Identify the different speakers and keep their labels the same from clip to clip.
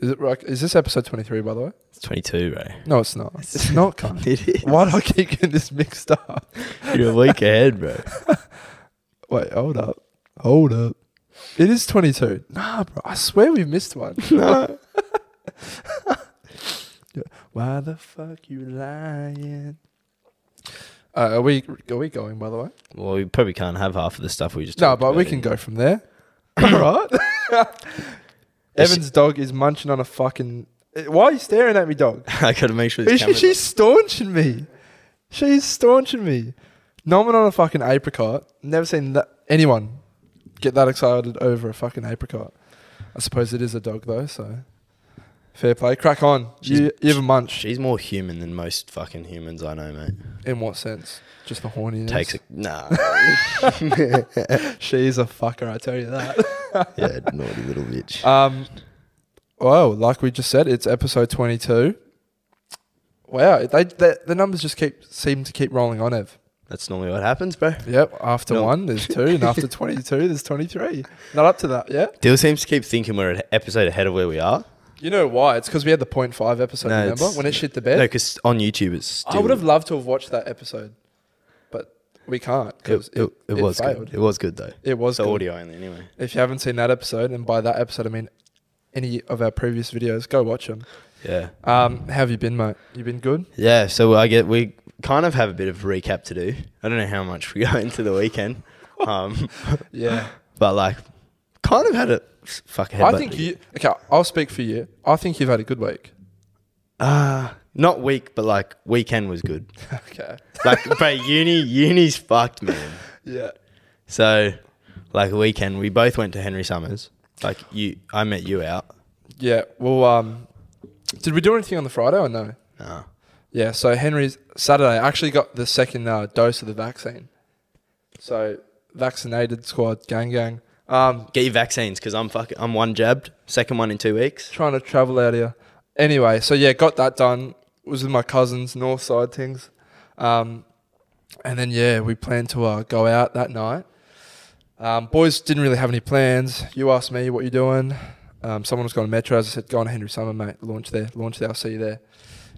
Speaker 1: Is it right? Is this episode 23, by the way?
Speaker 2: It's 22, bro.
Speaker 1: No, it's not. It's not, cunt.
Speaker 2: It is.
Speaker 1: Why do I keep getting this mixed up?
Speaker 2: You're a week ahead, bro.
Speaker 1: Wait, hold up. Hold up. It is 22. Nah, bro. I swear we missed one.
Speaker 2: no.
Speaker 1: Why the fuck you lying? Uh, are we are we going by the way?
Speaker 2: Well, we probably can't have half of the stuff we just.
Speaker 1: No,
Speaker 2: talked
Speaker 1: but we
Speaker 2: about
Speaker 1: can
Speaker 2: in-
Speaker 1: go from there. All right.
Speaker 2: Is
Speaker 1: Evan's dog is munching on a fucking. Why are you staring at me, dog?
Speaker 2: I gotta make sure this
Speaker 1: She,
Speaker 2: camera's
Speaker 1: she's staunching me. She's staunching me. Nomin on a fucking apricot. Never seen that anyone get that excited over a fucking apricot. I suppose it is a dog though, so fair play. Crack on.
Speaker 2: She's-
Speaker 1: you, you have a
Speaker 2: on.
Speaker 1: munch.
Speaker 2: She's more human than most fucking humans I know, mate.
Speaker 1: In what sense? Just the horniness.
Speaker 2: Takes a nah.
Speaker 1: She's a fucker, I tell you that.
Speaker 2: yeah, naughty little bitch.
Speaker 1: Um, well, like we just said, it's episode 22. Wow, they, they, the numbers just keep seem to keep rolling on, Ev.
Speaker 2: That's normally what happens, bro.
Speaker 1: Yep, after
Speaker 2: No.
Speaker 1: one, there's two, and after 22, there's 23. Not up to that, yeah?
Speaker 2: Dill seems to keep thinking we're an episode ahead of where we are.
Speaker 1: You know why? It's because we had the 0.5 episode,
Speaker 2: No,
Speaker 1: remember?
Speaker 2: it's-
Speaker 1: When it shit the
Speaker 2: No,
Speaker 1: bed.
Speaker 2: because on YouTube it's. Still,
Speaker 1: I would have loved to have watched that episode, but we can't
Speaker 2: It, it,
Speaker 1: because it, it,
Speaker 2: it was
Speaker 1: failed.
Speaker 2: good. It was good though.
Speaker 1: It was
Speaker 2: It's the
Speaker 1: good.
Speaker 2: audio only, anyway.
Speaker 1: If you haven't seen that episode, and by that episode I mean any of our previous videos, go watch them.
Speaker 2: Yeah.
Speaker 1: Um, how have you been, mate? You been good?
Speaker 2: Yeah, so I get we kind of have a bit of recap to do. I don't know how much we go into the weekend, um,
Speaker 1: Yeah.
Speaker 2: but like, kind of had a fuck. a
Speaker 1: I
Speaker 2: headbutt.
Speaker 1: think you. Okay, I'll speak for you. I think you've had a good week.
Speaker 2: uh, not week, but like weekend was good.
Speaker 1: okay.
Speaker 2: Like, bro, uni uni's fucked, man.
Speaker 1: Yeah.
Speaker 2: So, like weekend, we both went to Henry Summers. Like you, I met you out.
Speaker 1: Yeah. Well, um, did we do anything on the Friday or no?
Speaker 2: Nah.
Speaker 1: Yeah. So Henry's Saturday I actually got the second uh, dose of the vaccine. So vaccinated squad, gang, gang. Um,
Speaker 2: Get your vaccines because I'm fucking. I'm one jabbed, second one in two weeks.
Speaker 1: trying to travel out here. Anyway, so yeah, got that done. Was with my cousins, north side things. Um, and then yeah, we planned to uh, go out that night. Um, boys didn't really have any plans. You asked me what you doing. Um, someone was going to Metro. As I said, going to Henry Summer, mate. Launch there, launch there. I'll see you there.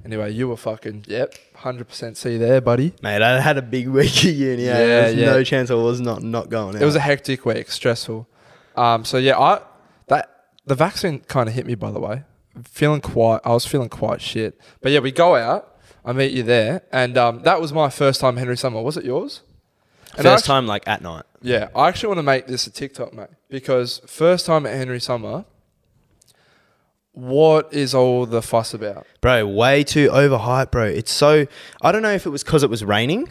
Speaker 1: Anyway, you were fucking yep, hundred percent. See you there, buddy.
Speaker 2: Mate, I had a big week at uni. Yeah,
Speaker 1: Yeah,
Speaker 2: There's
Speaker 1: yeah.
Speaker 2: no chance I was not not going out.
Speaker 1: It was a hectic week, stressful. Um, so yeah, I that the vaccine kind of hit me. By the way, feeling quite, I was feeling quite shit. But yeah, we go out. I meet you there, and um, that was my first time Henry Summer. Was it yours? And I
Speaker 2: First
Speaker 1: actu-
Speaker 2: time like at night.
Speaker 1: Yeah, I actually want to make this a TikTok, mate, because first time at Henry Summer. What is all the fuss about?
Speaker 2: Bro, way too overhyped, bro. It's so I don't know if it was cuz it was raining.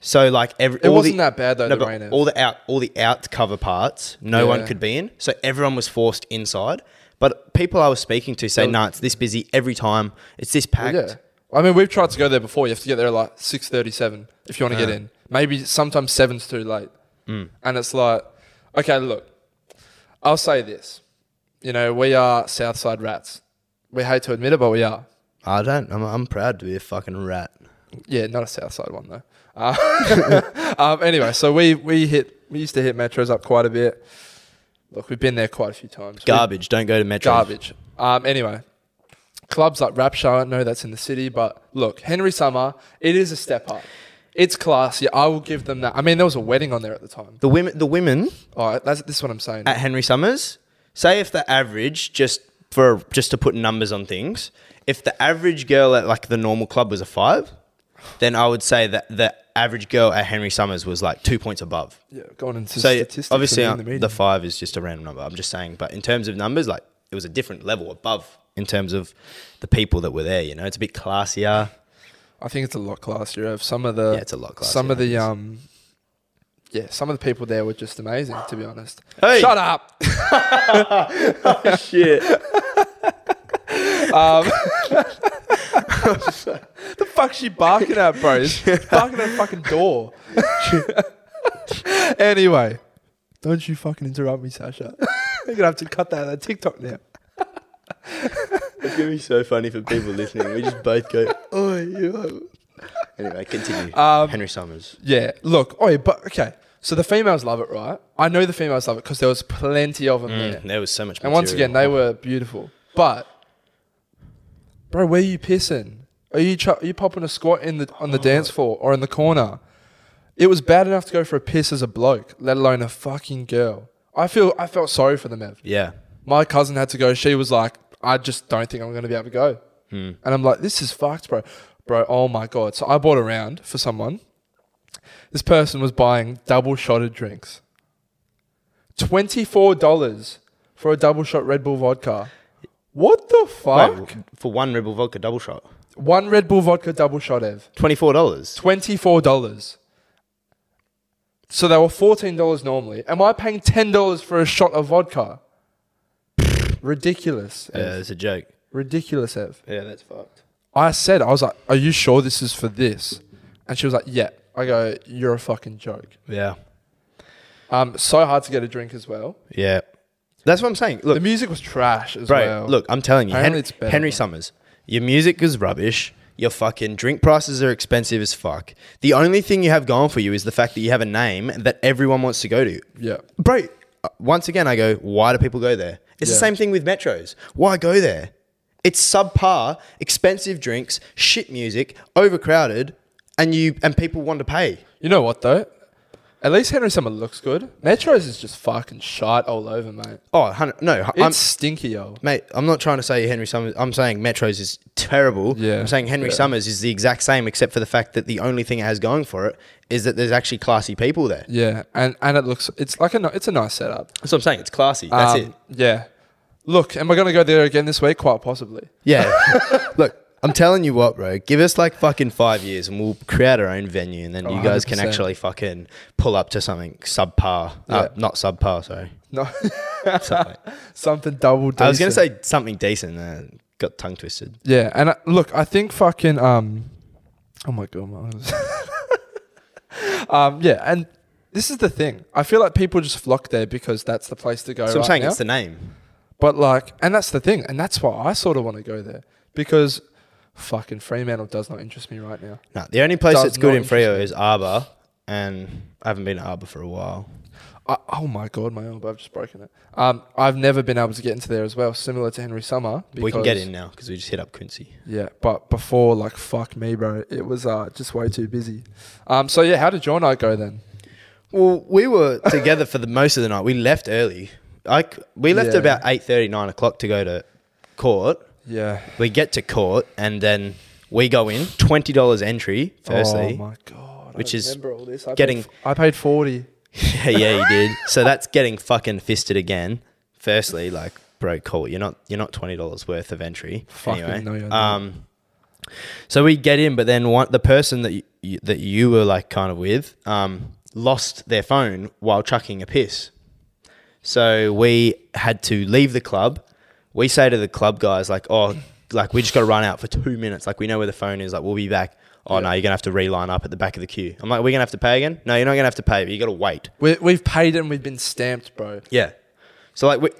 Speaker 2: So like every
Speaker 1: It
Speaker 2: all
Speaker 1: wasn't
Speaker 2: the,
Speaker 1: that bad though.
Speaker 2: no,
Speaker 1: the
Speaker 2: but
Speaker 1: rain. Ev.
Speaker 2: all the out all the out cover parts no one
Speaker 1: Yeah.
Speaker 2: could be in. So everyone was forced inside. But people I was speaking to say,
Speaker 1: Yeah.
Speaker 2: "Nah, it's this busy every time. It's this packed."
Speaker 1: Yeah. I mean, we've tried to go there before. You have to get there at like six thirty-seven if you want to get
Speaker 2: Yeah. Mm.
Speaker 1: in. Maybe sometimes seven's too late, and it's like, okay, look, I'll say this. You know, we are Southside rats. We hate to admit it, but we are.
Speaker 2: I don't. I'm, I'm proud to be a fucking rat.
Speaker 1: Yeah, not a Southside one though. Uh, um, anyway, so we we hit we used to hit metros up quite a bit. Look, we've been there quite a few times. We-
Speaker 2: Garbage. don't go to Metro.
Speaker 1: garbage. Um, anyway, clubs like Rapture, I know that's in the city, but look, Henry Summer, it is a step up. It's classy. I will give them that. I mean, there was a wedding on there at the time.
Speaker 2: The women. The women
Speaker 1: All right, that's, this is what I'm saying.
Speaker 2: at Henry Summers. Say if the average, just for just to put numbers on things, if the average girl at like the normal club was a five, then I would say that the average girl at Henry Summers was like two points above.
Speaker 1: yeah, going into
Speaker 2: So
Speaker 1: statistics.
Speaker 2: obviously
Speaker 1: and in
Speaker 2: uh, the,
Speaker 1: media.
Speaker 2: five is just a random number. I'm just saying, but in terms of numbers, like it was a different level above in terms of the people that were there. You know, it's a bit classier.
Speaker 1: I think it's a lot classier. Of some of the
Speaker 2: Yeah, it's a lot classier.
Speaker 1: Some of the um, yeah, some of the people there were just amazing. To be honest,
Speaker 2: Hey!
Speaker 1: shut up.
Speaker 2: Shit.
Speaker 1: Um, the fuck she barking at, bro? She's barking at a fucking door. anyway, don't you fucking interrupt me, Sasha. You're gonna have to cut that out of TikTok now.
Speaker 2: It's gonna be so funny for people listening. We just both go, oh, you. Anyway, continue.
Speaker 1: Um,
Speaker 2: Henry Summers.
Speaker 1: Yeah, look, oh, but okay. So the females love it, right? I Mm. know the females love it because there was plenty of them there,
Speaker 2: There Mm. was so much.
Speaker 1: and once again, they were beautiful. But bro, where are you pissing? Are you tr- are you popping a squat in the on the dance floor or in the corner? It was bad enough to go for a piss as a bloke, let alone a fucking girl. I feel I felt sorry for them, Ev.
Speaker 2: Yeah.
Speaker 1: My cousin had to go. She was like, I just don't think I'm going to be able to go. And I'm like, this is fucked, bro. Bro, oh my God. So I bought a round for someone. This person was buying double shotted drinks. $24 for a double shot Red Bull vodka. What the
Speaker 2: Wait,
Speaker 1: fuck?
Speaker 2: w- for one Red Bull vodka double shot,
Speaker 1: One Red Bull vodka double shot, Ev.
Speaker 2: twenty four dollars.
Speaker 1: $24. So they were $14 normally. Am I paying $10 for a shot of vodka? Ridiculous. Ev.
Speaker 2: Yeah, it's a joke.
Speaker 1: Ridiculous, Ev.
Speaker 2: Yeah, that's fucked.
Speaker 1: I said, I was like, Are you sure this is for this? And she was like, Yeah. I go, You're a fucking joke.
Speaker 2: Yeah.
Speaker 1: Um, so hard to get a drink as well.
Speaker 2: Yeah. That's what I'm saying.
Speaker 1: The
Speaker 2: Look,
Speaker 1: music was trash as
Speaker 2: bro,
Speaker 1: well.
Speaker 2: look, I'm telling you,
Speaker 1: Apparently
Speaker 2: Henry,
Speaker 1: it's better,
Speaker 2: Henry
Speaker 1: bro.
Speaker 2: Summers, your music is rubbish. Your fucking drink prices are expensive as fuck. The only thing you have going for you is the fact that you have a name that everyone wants to go to.
Speaker 1: Yeah.
Speaker 2: Bro, uh, once again, I go, why do people go there? It's the
Speaker 1: Yeah.
Speaker 2: same thing with metros. Why go there? It's subpar, expensive drinks, shit music, overcrowded, and you and people want to pay.
Speaker 1: You know what, though? At least Henry Summer looks good. Metro's is just fucking shite all over, mate.
Speaker 2: Oh, hun- no,
Speaker 1: It's
Speaker 2: I'm,
Speaker 1: stinky, yo.
Speaker 2: mate, I'm not trying to say Henry Summers. I'm saying Metros is terrible.
Speaker 1: Yeah,
Speaker 2: I'm saying Henry
Speaker 1: yeah.
Speaker 2: Summers is the exact same, except for the fact that the only thing it has going for it is that there's actually classy people there.
Speaker 1: Yeah, and, and it looks it's like a ni- it's a nice setup.
Speaker 2: That's what I'm saying. It's classy. That's
Speaker 1: Um,
Speaker 2: it.
Speaker 1: Yeah. Look, am I going to go there again this week? Quite possibly.
Speaker 2: Yeah. Look, I'm telling you what, bro. Give us like fucking five years, and we'll create our own venue, and then
Speaker 1: Oh,
Speaker 2: you guys can
Speaker 1: 100%.
Speaker 2: actually fucking pull up to something subpar.
Speaker 1: Yeah.
Speaker 2: Uh, not subpar. Sorry.
Speaker 1: No,
Speaker 2: Something.
Speaker 1: something double.
Speaker 2: I was gonna
Speaker 1: decent.
Speaker 2: say something decent. Uh, got tongue twisted.
Speaker 1: Yeah, and I, look, I think fucking um, oh my god, my eyes. um, yeah, and this is the thing. I feel like people just flock there because that's the place to go.
Speaker 2: So I'm
Speaker 1: right
Speaker 2: saying
Speaker 1: now.
Speaker 2: it's the name.
Speaker 1: but like, and that's the thing, and that's why I sort of want to go there because fucking Fremantle does not interest me right now.
Speaker 2: No, the only place
Speaker 1: Does
Speaker 2: that's good
Speaker 1: not
Speaker 2: in Frio is Arbor, and I haven't been to Arbor for a while.
Speaker 1: I, oh my god, my elbow! I've just broken it. Um, I've never been able to get into there as well. Similar to Henry Summer,
Speaker 2: we can get
Speaker 1: because-
Speaker 2: in now because we just hit up Quincy.
Speaker 1: Yeah, but before, like, fuck me, bro. It was uh, just way too busy. Um, so yeah, how did your night go then?
Speaker 2: Well, we were together for the most of the night. We left early. I c we left
Speaker 1: Yeah.
Speaker 2: at about eight thirty, nine o'clock to go to court.
Speaker 1: Yeah.
Speaker 2: We get to court, and then we go in twenty dollars entry. Firstly,
Speaker 1: Oh my god.
Speaker 2: which
Speaker 1: I
Speaker 2: is
Speaker 1: remember all this. I
Speaker 2: getting-
Speaker 1: paid, f- I paid 40.
Speaker 2: yeah, yeah, you did. So that's getting fucking fisted again. Firstly, like, bro, cool. You're not you're not twenty dollars worth of entry.
Speaker 1: Fucking
Speaker 2: anyway,
Speaker 1: no, you're not.
Speaker 2: um, so we get in, but then one, the person that you, that you were like kind of with, um, lost their phone while chucking a piss. So we had to leave the club. We say to the club guys, like, oh, like we just got to run out for two minutes. Like we know where the phone is. Like we'll be back. Oh no, you're gonna have to reline up at the back of the queue. I'm like, we're gonna have to pay again. No, you're not gonna have to pay, but you gotta wait.
Speaker 1: We, we've paid and we've been stamped, bro.
Speaker 2: Yeah. So like we,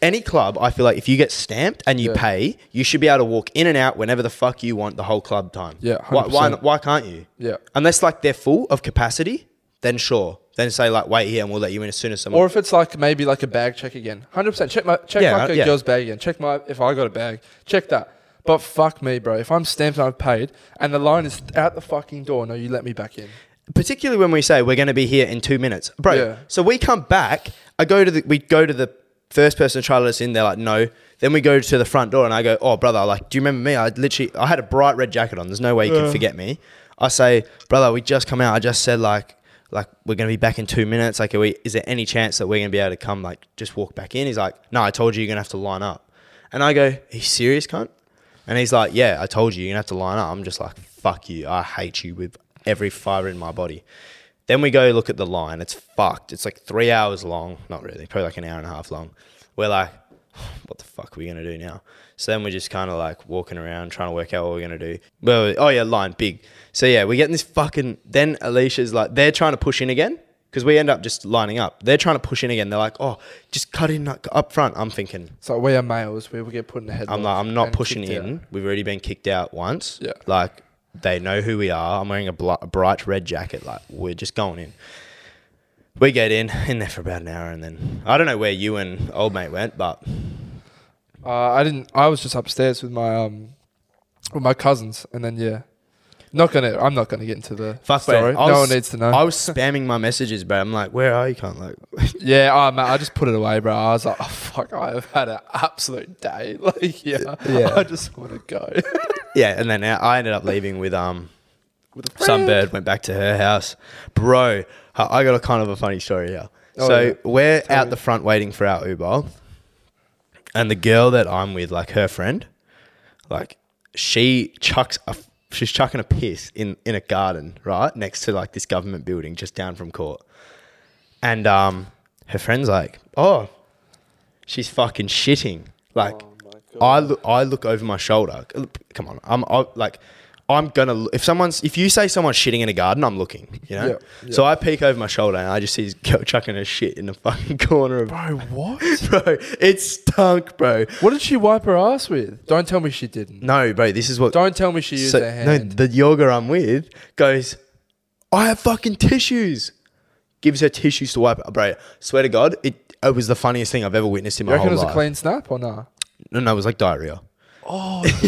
Speaker 2: any club, I feel like if you get stamped and you
Speaker 1: Yeah.
Speaker 2: pay, you should be able to walk in and out whenever the fuck you want the whole club time.
Speaker 1: Yeah,
Speaker 2: Why, why
Speaker 1: 100%.
Speaker 2: why can't you?
Speaker 1: Yeah.
Speaker 2: Unless like they're full of capacity, then sure. Then say like wait here and we'll let you in as soon as someone
Speaker 1: Or if it's like maybe like a bag check again. 100%. Check my check
Speaker 2: Yeah,
Speaker 1: like
Speaker 2: uh,
Speaker 1: a
Speaker 2: yeah.
Speaker 1: girl's bag again. Check my if I got a bag. Check that. But fuck me, bro. If I'm stamped and I've paid and the line is out the fucking door, no, you let me back in.
Speaker 2: particularly when we say we're going to be here in two minutes, bro.
Speaker 1: Yeah.
Speaker 2: So we come back. I go to the we go to the first person to try to let us in. They're like, no. Then we go to the front door, and I go, oh brother, like, do you remember me? I literally I had a bright red jacket on. There's no way you can forget me. I say, brother, we just come out. I just said like. Like we're gonna be back in two minutes. Like, are we? Is there any chance that we're gonna be able to come? Like, just walk back in. He's like, no, I told you you're gonna have to line up. And I go, are you serious, cunt? And he's like, Yeah, I told you, you're gonna have to line up. I'm just like, Fuck you. I hate you with every fiber in my body. Then we go look at the line. It's fucked. It's like three hours long. Not really, probably like an hour and a half long. We're like, What the fuck are we gonna do now? So then we're just kind of like walking around trying to work out what we're gonna do. Well, oh yeah, line big. So yeah, we're getting this fucking. Then Alicia's like, They're trying to push in again. Because we end up just lining up. They're trying to push in again. They're like, oh, just cut in like, up front. I'm thinking,
Speaker 1: So we are males. We will get put in the head.
Speaker 2: I'm like, I'm not pushing in. We've already been kicked out once.
Speaker 1: Yeah.
Speaker 2: Like, they know who we are. I'm wearing a, bl- a bright red jacket. Like, we're just going in. We get in, in there for about an hour, and then I don't know where you and old mate went, but
Speaker 1: Uh, I didn't. I was just upstairs with my um with my cousins, and then yeah, not gonna. I'm not gonna get into the
Speaker 2: Fuck, bro.
Speaker 1: story.
Speaker 2: I
Speaker 1: no
Speaker 2: was-
Speaker 1: one needs to know.
Speaker 2: I was spamming my messages, bro. I'm like, where are you? Can't like,
Speaker 1: yeah, oh, man, I just put it away, bro. I was like, oh, fuck, I have had an absolute day. Like, yeah,
Speaker 2: Yeah.
Speaker 1: I just want to go.
Speaker 2: yeah. And then I ended up leaving with um
Speaker 1: With a friend.
Speaker 2: some bird went back to her house. Bro, I got a kind of a funny story here.
Speaker 1: Oh,
Speaker 2: so
Speaker 1: yeah.
Speaker 2: we're
Speaker 1: Tell
Speaker 2: out
Speaker 1: me.
Speaker 2: the front waiting for our Uber, and the girl that I'm with, like her friend, like she chucks a she's chucking a piss in in a garden right next to like this government building just down from court, and um her friend's like, oh, she's fucking shitting like. I look, I look over my shoulder. Come on, I'm I, like, I'm gonna. look- If someone's, if you say someone's shitting in a garden, I'm looking. You know.
Speaker 1: Yeah, yeah.
Speaker 2: So I peek over my shoulder and I just see this girl chucking her shit in the fucking corner of.
Speaker 1: Bro, what?
Speaker 2: Bro, it stunk, bro.
Speaker 1: what did she wipe her ass with? Don't tell me she didn't.
Speaker 2: No, bro, this is what.
Speaker 1: Don't tell me she used
Speaker 2: so-
Speaker 1: her
Speaker 2: no,
Speaker 1: hand.
Speaker 2: the yoga I'm with goes. I have fucking tissues. Gives her tissues to wipe. Bro, swear to God, it it was the funniest thing I've ever witnessed in
Speaker 1: you
Speaker 2: my
Speaker 1: reckon it was
Speaker 2: whole
Speaker 1: a
Speaker 2: life.
Speaker 1: clean snap or nah?
Speaker 2: no, no, it was like diarrhea.
Speaker 1: Oh,
Speaker 2: yeah.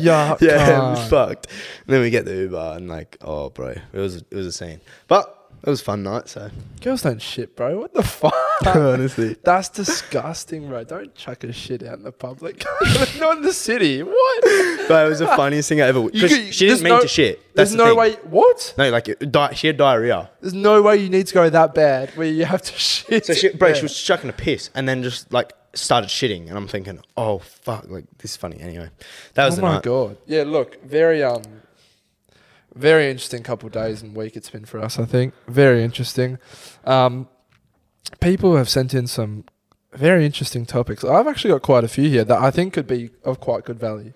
Speaker 1: Yuck.
Speaker 2: Yeah, it was fucked. And then we get the Uber and like, oh bro, it was it was a scene. But it was a fun night, so
Speaker 1: girls don't shit, bro. What the fuck?
Speaker 2: honestly.
Speaker 1: That's disgusting, bro. Don't chuck a shit out in the public. Not in the city. What?
Speaker 2: But it was the funniest thing I ever
Speaker 1: You
Speaker 2: because
Speaker 1: could-
Speaker 2: she
Speaker 1: there's
Speaker 2: didn't mean
Speaker 1: no-
Speaker 2: to shit. That's
Speaker 1: There's
Speaker 2: the
Speaker 1: no
Speaker 2: thing.
Speaker 1: way. What?
Speaker 2: No, like it, di- she had diarrhea.
Speaker 1: There's no way you need to go that bad where you have to shit.
Speaker 2: So she, bro,
Speaker 1: Yeah.
Speaker 2: she was chucking a piss and then just like started shitting and I'm thinking, oh fuck, like this is funny. Anyway, that was
Speaker 1: oh
Speaker 2: the
Speaker 1: my
Speaker 2: night.
Speaker 1: god. Yeah. Look, very um, very interesting couple of days and week it's been for us. I think very interesting. Um, people have sent in some very interesting topics. I've actually got quite a few here that I think could be of quite good value.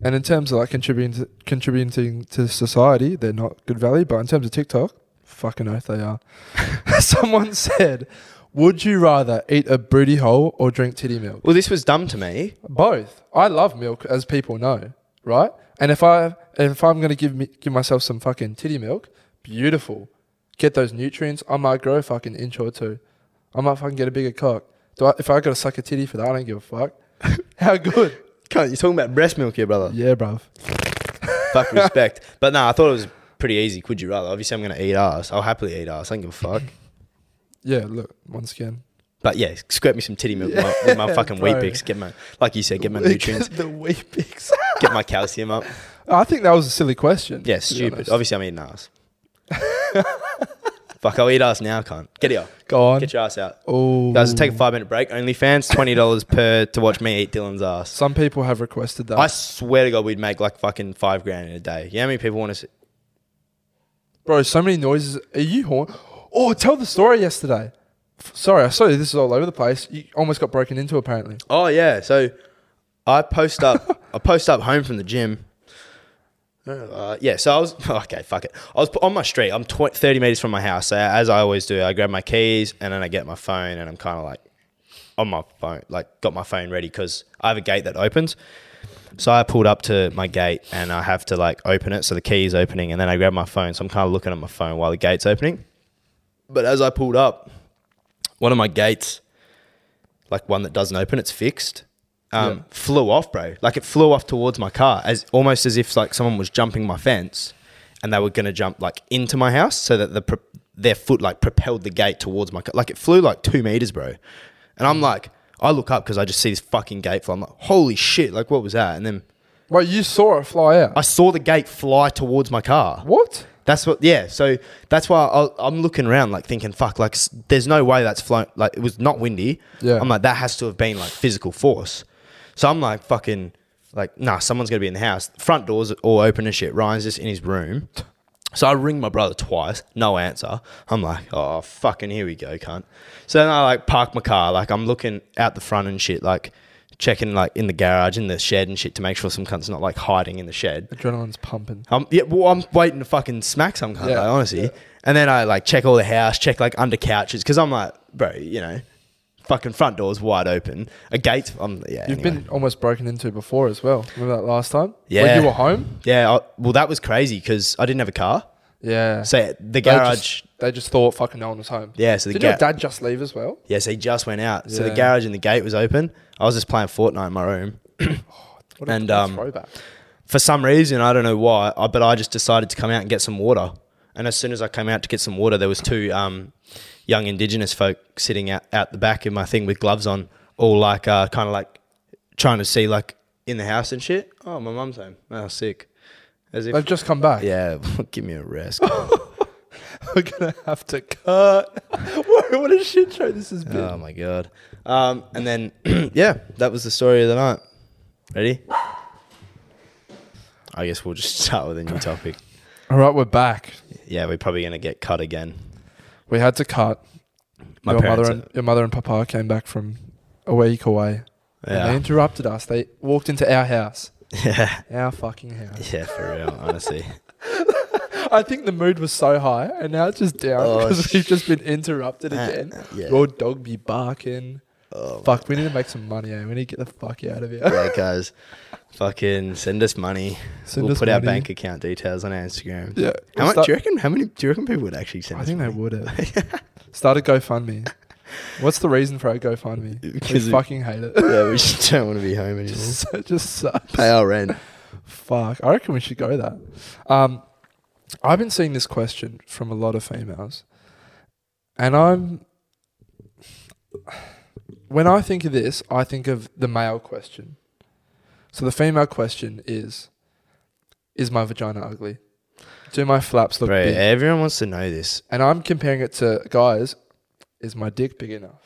Speaker 1: And in terms of like contributing to, contributing to society, they're not good value. But in terms of TikTok, fucking oath they are. Someone said, "Would you rather eat a booty hole or drink titty milk?"
Speaker 2: Well, this was dumb to me.
Speaker 1: Both. I love milk, as people know, right? And if I if I'm gonna give me give myself some fucking titty milk, beautiful. Get those nutrients. I might grow a fucking inch or two. I might fucking get a bigger cock. Do I, if I gotta suck a titty for that, I don't give a fuck. How good?
Speaker 2: Cunt, you're talking about breast milk here, brother.
Speaker 1: Yeah, bruv.
Speaker 2: fuck respect. But no, I thought it was pretty easy. Could you rather? Obviously, I'm gonna eat ass. I'll happily eat ass. I don't give a fuck.
Speaker 1: Yeah, look once again.
Speaker 2: But yeah, squirt me some titty milk with, my, with my
Speaker 1: Yeah,
Speaker 2: fucking
Speaker 1: bro.
Speaker 2: wheat picks. Get my, like you said, get my nutrients,
Speaker 1: the Weepix.
Speaker 2: get my calcium up.
Speaker 1: I think that was a silly question.
Speaker 2: Yeah,
Speaker 1: to be
Speaker 2: stupid.
Speaker 1: honest.
Speaker 2: Obviously, I'm eating ass. Fuck, I'll eat ass now, can't. Get here.
Speaker 1: Go on.
Speaker 2: Get your ass out.
Speaker 1: Oh,
Speaker 2: Guys, let's take a five minute break. OnlyFans, $20 per to watch me eat Dylan's ass.
Speaker 1: Some people have requested that.
Speaker 2: I swear to God, we'd make like fucking five grand in a day. You know how many people want to see?
Speaker 1: Bro, so many noises. Are you horn? Oh, tell the story yesterday. F- sorry, I saw you. This is all over the place. You almost got broken into, apparently.
Speaker 2: Oh yeah, so I post up. I post up home from the gym. Uh, yeah, so I was okay. Fuck it. I was on my street. I'm tw- 30 meters from my house. So as I always do, I grab my keys and then I get my phone and I'm kind of like on my phone, like got my phone ready because I have a gate that opens. So I pulled up to my gate and I have to like open it. So the key is opening and then I grab my phone. So I'm kind of looking at my phone while the gate's opening. But as I pulled up, one of my gates, like one that doesn't open, it's fixed, um,
Speaker 1: Yeah.
Speaker 2: flew off, bro. Like it flew off towards my car, as almost as if like someone was jumping my fence, and they were gonna jump like into my house, so that the pro- their foot like propelled the gate towards my car. Like it flew like two meters, bro. And I'm like, I look up because I just see this fucking gate fly. I'm like, holy shit! Like what was that? And then
Speaker 1: Wait, you saw it fly out.
Speaker 2: I saw the gate fly towards my car.
Speaker 1: what?
Speaker 2: That's what, yeah. So that's why I, I'm looking around, like thinking, fuck, like s- there's no way that's flown. Like it was not windy.
Speaker 1: Yeah.
Speaker 2: I'm like, that has to have been like physical force. So I'm like, fucking, like, nah, someone's gonna be in the house. Front doors all open and shit. Ryan's just in his room. So I ring my brother twice, no answer. I'm like, oh fucking, here we go, cunt. So then I like park my car, like I'm looking out the front and shit, like checking like in the garage, in the shed and shit to make sure some cunt's not like hiding in the shed.
Speaker 1: Adrenaline's pumping.
Speaker 2: Um, yeah, well, I'm waiting to fucking smack some kind
Speaker 1: Yeah,
Speaker 2: like, honestly.
Speaker 1: yeah.
Speaker 2: And then I like check all the house, check like under couches, because I'm like, bro, you know, fucking front door's wide open, a gate. I'm yeah.
Speaker 1: You've
Speaker 2: anyway.
Speaker 1: been almost broken into before as well. Remember that last time?
Speaker 2: Yeah.
Speaker 1: When you were home?
Speaker 2: yeah. I, well, that was crazy because I didn't have a car,
Speaker 1: Yeah.
Speaker 2: so the
Speaker 1: They
Speaker 2: garage.
Speaker 1: just- They just, thought fucking no one was home.
Speaker 2: yeah, so the
Speaker 1: Did
Speaker 2: garage.
Speaker 1: your dad just leave as well?
Speaker 2: Yeah, so he just went out. So the
Speaker 1: Yeah.
Speaker 2: garage and the gate was open. I was just playing Fortnite in my room.
Speaker 1: What a
Speaker 2: And,
Speaker 1: cool
Speaker 2: um,
Speaker 1: throwback.
Speaker 2: for some reason, I don't know why, I, but I just decided to come out and get some water. And as soon as I came out to get some water, there was two um, young Indigenous folk sitting out, out the back in my thing with gloves on, all like uh, kind of like trying to see like in the house and shit. Oh, my mum's home. Oh, sick. As if
Speaker 1: They've just come back.
Speaker 2: yeah, give me a rest.
Speaker 1: We're gonna have to cut. what what a shit show this has been.
Speaker 2: oh my god. Um, and then yeah, that was the story of the night. Ready? I guess we'll just start with a new topic.
Speaker 1: All right, we're back.
Speaker 2: Yeah, we're probably gonna get cut again.
Speaker 1: We had to cut.
Speaker 2: My
Speaker 1: your
Speaker 2: parents
Speaker 1: mother and your mother and papa came back from a week away. And they
Speaker 2: Yeah.
Speaker 1: interrupted us. They walked into our house.
Speaker 2: Yeah.
Speaker 1: Our fucking house.
Speaker 2: Yeah, for real, honestly.
Speaker 1: I think the mood was so high and now it's just down
Speaker 2: Oh,
Speaker 1: because we've just been interrupted
Speaker 2: Uh,
Speaker 1: again.
Speaker 2: yeah.
Speaker 1: Your dog be barking.
Speaker 2: Oh,
Speaker 1: Fuck, we need to make some money, eh? We need to get the fuck out of here.
Speaker 2: yeah, guys. Fucking send us money.
Speaker 1: Send
Speaker 2: we'll
Speaker 1: us
Speaker 2: put our
Speaker 1: money.
Speaker 2: bank account details on our Instagram.
Speaker 1: Yeah.
Speaker 2: How much
Speaker 1: Start-
Speaker 2: do you reckon? How many do you reckon people would actually send
Speaker 1: I
Speaker 2: us
Speaker 1: think they
Speaker 2: money?
Speaker 1: would have. Start a GoFundMe. What's the reason for our GoFundMe? We
Speaker 2: 'Cause it-
Speaker 1: fucking hate it.
Speaker 2: yeah, we just don't want to be home anymore.
Speaker 1: just, it just sucks.
Speaker 2: Pay our rent.
Speaker 1: Fuck. I reckon we should go that. Um, I've been seeing this question from a lot of females, and I'm. When I think of this, I think of the male question. So the female question is, is my vagina ugly? Do my flaps look
Speaker 2: Bro,
Speaker 1: big?
Speaker 2: everyone wants to know this.
Speaker 1: And I'm comparing it to guys. Is my dick big enough?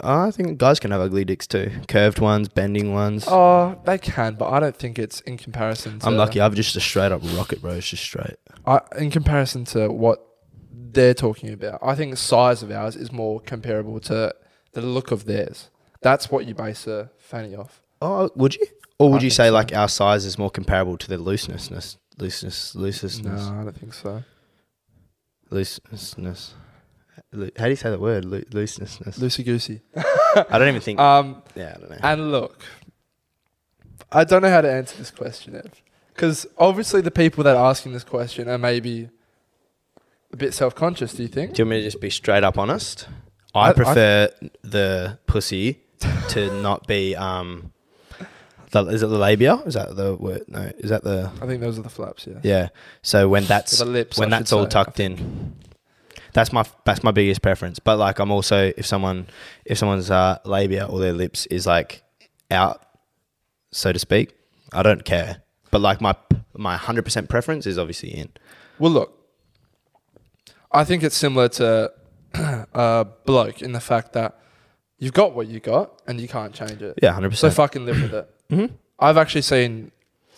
Speaker 2: Oh, I think guys can have ugly dicks too. Curved ones, bending ones.
Speaker 1: Oh, they can, but I don't think it's in comparison. To,
Speaker 2: I'm lucky. I've just a straight up rocket, bro. It's just straight.
Speaker 1: I, in comparison to what they're talking about, I think the size of ours is more comparable to the look of theirs. That's what you base a fanny off.
Speaker 2: Oh, would you? Or would
Speaker 1: I
Speaker 2: you
Speaker 1: think
Speaker 2: say
Speaker 1: so.
Speaker 2: like our size is more comparable to the looseness, looseness,
Speaker 1: No,
Speaker 2: looseness,
Speaker 1: I don't think so.
Speaker 2: looseness? Lo- How do you say that word? Lo- looseness. Uh,
Speaker 1: Loosey goosey.
Speaker 2: I don't even think.
Speaker 1: Um,
Speaker 2: yeah, I don't know.
Speaker 1: and look, I don't know how to answer this question, Ev, because obviously the people that are asking this question are maybe a bit self-conscious. Do you think?
Speaker 2: do you want me to just be straight up honest? I,
Speaker 1: I- I-
Speaker 2: prefer the pussy to not be. Um, the, is it the labia? Is that the word? No, is that the?
Speaker 1: I think those are the flaps. Yeah.
Speaker 2: Yeah. So when
Speaker 1: Or
Speaker 2: that's
Speaker 1: the lips.
Speaker 2: when
Speaker 1: I
Speaker 2: that's
Speaker 1: should
Speaker 2: all
Speaker 1: say.
Speaker 2: tucked in. That's my that's my biggest preference. But like I'm also if someone if someone's uh, labia or their lips is like out, so to speak, I don't care. But like my my hundred percent preference is obviously in.
Speaker 1: Well, look, I think it's similar to a bloke in the fact that you've got what you got and you can't change it.
Speaker 2: Yeah, hundred
Speaker 1: So
Speaker 2: percent.
Speaker 1: fucking live with it.
Speaker 2: Mhm.
Speaker 1: I've actually seen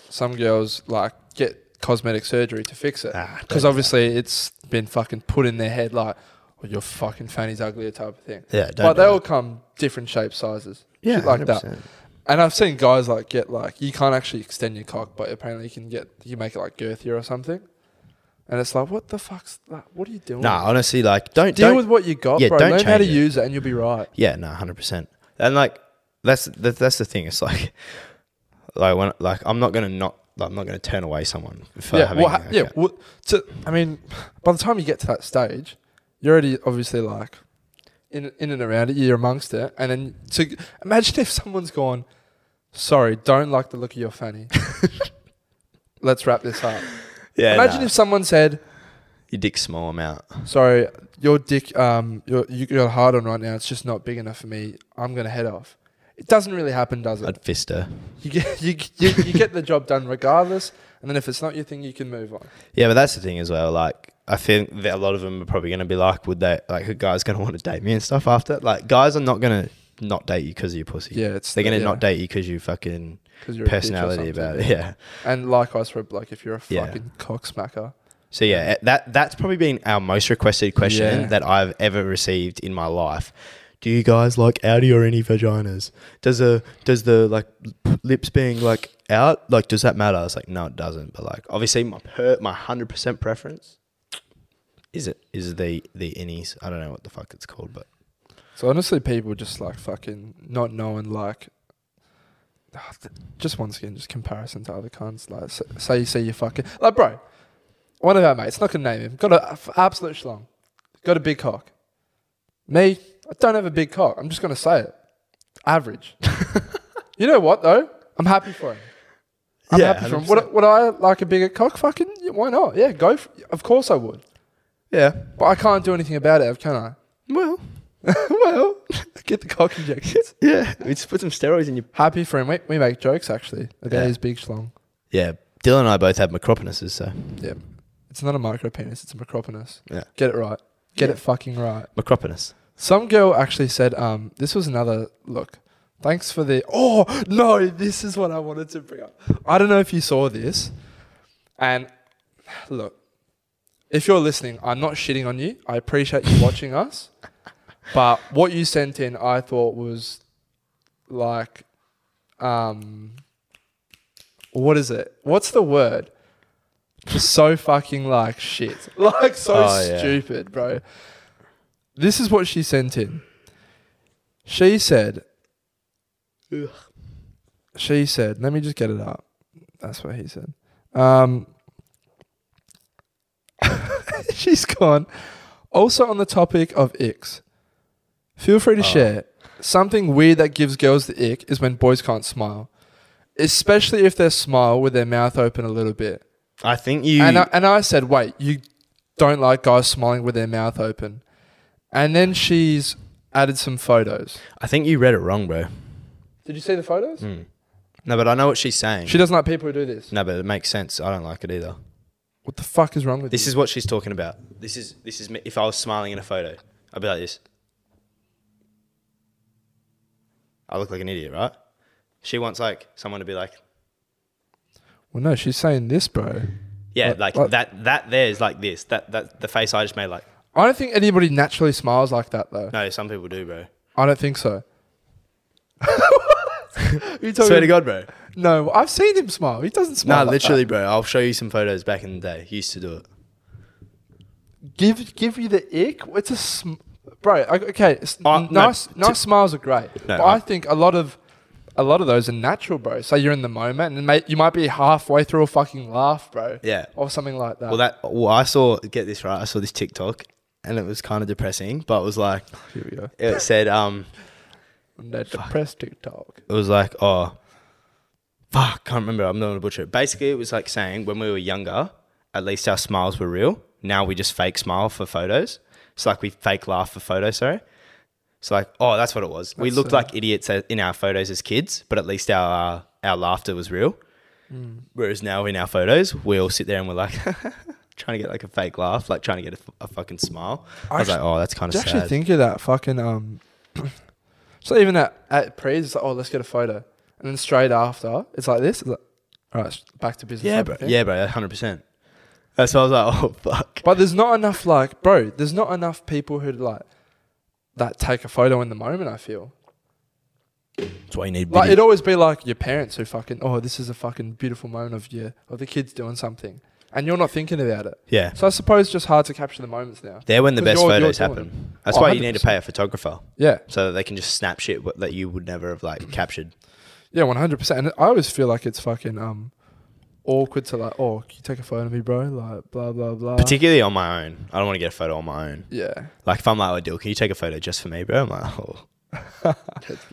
Speaker 1: some girls like get cosmetic surgery to fix it
Speaker 2: Ah,
Speaker 1: because
Speaker 2: don't-
Speaker 1: obviously it's been fucking put in their head like, "Oh, your fucking fanny's uglier" type of thing.
Speaker 2: yeah,
Speaker 1: But
Speaker 2: don't
Speaker 1: they
Speaker 2: do
Speaker 1: all
Speaker 2: it.
Speaker 1: come different shapes, sizes,
Speaker 2: yeah,
Speaker 1: shit like that.
Speaker 2: 100%.
Speaker 1: And I've seen guys like get like you can't actually extend your cock, but apparently you can get you make it like girthier or something. And it's like, what the fuck's that? What are you doing?
Speaker 2: Nah, honestly, like don't
Speaker 1: deal
Speaker 2: don't,
Speaker 1: with what you got,
Speaker 2: yeah,
Speaker 1: bro.
Speaker 2: don't
Speaker 1: Learn how to
Speaker 2: change it.
Speaker 1: use it, and you'll be right.
Speaker 2: Yeah, no, hundred percent. And like that's that, that's the thing. It's like like when like I'm not gonna not I'm not gonna turn away someone for
Speaker 1: yeah,
Speaker 2: having
Speaker 1: well, ha-
Speaker 2: like,
Speaker 1: yeah.
Speaker 2: a-
Speaker 1: Well, to, I mean, by the time you get to that stage, you're already obviously like in in and around it. You're amongst it, and then to imagine if someone's gone, sorry, don't like the look of your fanny. Let's wrap this up.
Speaker 2: yeah.
Speaker 1: imagine
Speaker 2: nah.
Speaker 1: if someone said,
Speaker 2: your dick's small amount.
Speaker 1: sorry, your dick, um, your you got hard on right now. It's just not big enough for me. I'm gonna head off. It doesn't really happen, does it?
Speaker 2: I'd fist her.
Speaker 1: You get you, you, you get the job done regardless, and then if it's not your thing, you can move on.
Speaker 2: Yeah, but that's the thing as well. Like, I think that a lot of them are probably going to be like, would they, like, a guy's going to want to date me and stuff after? Like, guys are not going to not date you because of your pussy.
Speaker 1: Yeah, it's
Speaker 2: They're going to
Speaker 1: yeah,
Speaker 2: not date you because you fucking
Speaker 1: 'cause you're a bitch or
Speaker 2: personality
Speaker 1: something.
Speaker 2: about it. Yeah.
Speaker 1: And likewise for a bloke, if you're a
Speaker 2: Yeah.
Speaker 1: fucking cocksmacker,
Speaker 2: So yeah, eh, that that's probably been our most requested question
Speaker 1: Yeah.
Speaker 2: that I've ever received in my life. Do you guys like outy or any vaginas? Does a does the like p- lips being like out like does that matter? It's like no, it doesn't. But like obviously my per my hundred percent preference is it is the the innies. I don't know what the fuck it's called, but
Speaker 1: so honestly, people just like fucking not knowing like. Ah, th- Just once again, just comparison to other cons. Like, s- say you see your fucking like, bro. One of our mates, not gonna name him, got a f- absolute schlong, got a big cock. Me, I don't have a big cock. I'm just gonna say it, average. you know what though? I'm happy for him. I'm
Speaker 2: Yeah,
Speaker 1: happy for him. Would, would I like a bigger cock? Fucking yeah, why not? Yeah, go. For, of course I would,
Speaker 2: Yeah.
Speaker 1: but I can't do anything about it, can I?
Speaker 2: Well,
Speaker 1: well, get the cock injections.
Speaker 2: yeah. We just put some steroids in your.
Speaker 1: happy for him. We, we make jokes actually about
Speaker 2: Yeah.
Speaker 1: his big schlong.
Speaker 2: Yeah. Dylan and I both have macropenises, so
Speaker 1: Yeah, it's not a micro penis. It's a macropenis.
Speaker 2: Yeah.
Speaker 1: get it right. Get
Speaker 2: Yeah.
Speaker 1: it fucking right.
Speaker 2: macropenis.
Speaker 1: Some girl actually said, um, this was another look. Thanks for the Oh no, this is what I wanted to bring up. I don't know if you saw this. And look, if you're listening, I'm not shitting on you. I appreciate you watching us. But what you sent in I thought was like um what is it? What's the word? Just so fucking like shit. Like so
Speaker 2: Oh, yeah.
Speaker 1: stupid, bro. This is what she sent in. She said, she said, let me just get it up. That's what he said. Um, she's gone. Also, on the topic of icks, feel free to
Speaker 2: Oh.
Speaker 1: share. Something weird that gives girls the ick is when boys can't smile, especially if they smile with their mouth open a little bit.
Speaker 2: I think you.
Speaker 1: And I, and I said, wait, you don't like guys smiling with their mouth open. And then she's added some photos.
Speaker 2: I think you read it wrong, bro.
Speaker 1: Did you see the photos?
Speaker 2: Mm. No, but I know what she's saying.
Speaker 1: She doesn't like people who do this.
Speaker 2: Mm. no, but it makes sense. I don't like it either.
Speaker 1: What the fuck is wrong with
Speaker 2: This
Speaker 1: you?
Speaker 2: is what she's talking about. This is this is me. If I was smiling in a photo, I'd be like this. I look like an idiot, right? She wants like someone to be like,
Speaker 1: well, no, she's saying this, bro.
Speaker 2: yeah,
Speaker 1: Like-
Speaker 2: like,
Speaker 1: like-
Speaker 2: that. That there is like this. That that the face I just made, like,
Speaker 1: I don't think anybody naturally smiles like that, though.
Speaker 2: no, some people do, bro.
Speaker 1: I don't think so. you
Speaker 2: Swear to
Speaker 1: talking?
Speaker 2: God, bro.
Speaker 1: No, I've seen him smile. He doesn't smile.
Speaker 2: No,
Speaker 1: like
Speaker 2: literally, bro. I'll show you some photos back in the day. He used to do it.
Speaker 1: that. Give give you the ick. It's a sm- bro. o- Okay, s-
Speaker 2: Uh, no,
Speaker 1: nice
Speaker 2: t-
Speaker 1: nice smiles are great,
Speaker 2: No,
Speaker 1: but
Speaker 2: I-
Speaker 1: I think a lot of a lot of those are natural, bro. So you're in the moment, and mate, you might be halfway through a fucking laugh, bro.
Speaker 2: Yeah.
Speaker 1: or something like that.
Speaker 2: Well, that well, I saw. Get this right. I saw this TikTok, and it was kind of depressing, but it was like
Speaker 1: Here we go.
Speaker 2: it said, um,
Speaker 1: And that depressed TikTok.
Speaker 2: it was like, oh, fuck, can't remember. I'm not gonna butcher it. Basically, it was like saying when we were younger, at least our smiles were real. Now we just fake smile for photos. It's like we fake laugh for photos. Sorry. It's like, oh, that's what it was. we
Speaker 1: That's
Speaker 2: looked
Speaker 1: sad.
Speaker 2: like idiots a- in our photos as kids, but at least our uh, our laughter was real.
Speaker 1: Hmm.
Speaker 2: Whereas now in our photos, we all sit there and we're like. Trying to get like a fake laugh, like trying to get a, f- a fucking smile. I, was
Speaker 1: Actu-
Speaker 2: like, oh, that's kind
Speaker 1: Did you
Speaker 2: of
Speaker 1: actually
Speaker 2: sad.
Speaker 1: think of that fucking um? so even at at praise, it's like, oh, let's get a photo, and then straight after, it's like this. It's like, all right, back to business.
Speaker 2: yeah,
Speaker 1: type
Speaker 2: bro.
Speaker 1: of thing.
Speaker 2: Yeah, bro. Hundred percent. That's why I was like, oh fuck.
Speaker 1: But there's not enough like, bro. There's not enough people who like that take a photo in the moment. I feel
Speaker 2: That's why you need.
Speaker 1: like
Speaker 2: video.
Speaker 1: it'd always be like your parents who fucking, oh, this is a fucking beautiful moment of you or the kids doing something, and you're not thinking about it.
Speaker 2: Yeah.
Speaker 1: So I suppose it's just hard to capture the moments now.
Speaker 2: They're when the
Speaker 1: 'Cause
Speaker 2: best
Speaker 1: you're-
Speaker 2: photos
Speaker 1: you're doing
Speaker 2: happen. That's
Speaker 1: Oh,
Speaker 2: why you need to
Speaker 1: 100%.
Speaker 2: pay a photographer
Speaker 1: Yeah,
Speaker 2: so that they can just snap shit what- that you would never have like captured.
Speaker 1: Uh-huh. yeah, one hundred percent. And I always feel like it's fucking um awkward to like, oh, can you take a photo of me, bro? Like, blah blah blah.
Speaker 2: Particularly on my own. I don't want to get a photo on my own.
Speaker 1: yeah.
Speaker 2: Like if I'm like, oh, Dill, can you take a photo just for me, bro? I'm like, oh.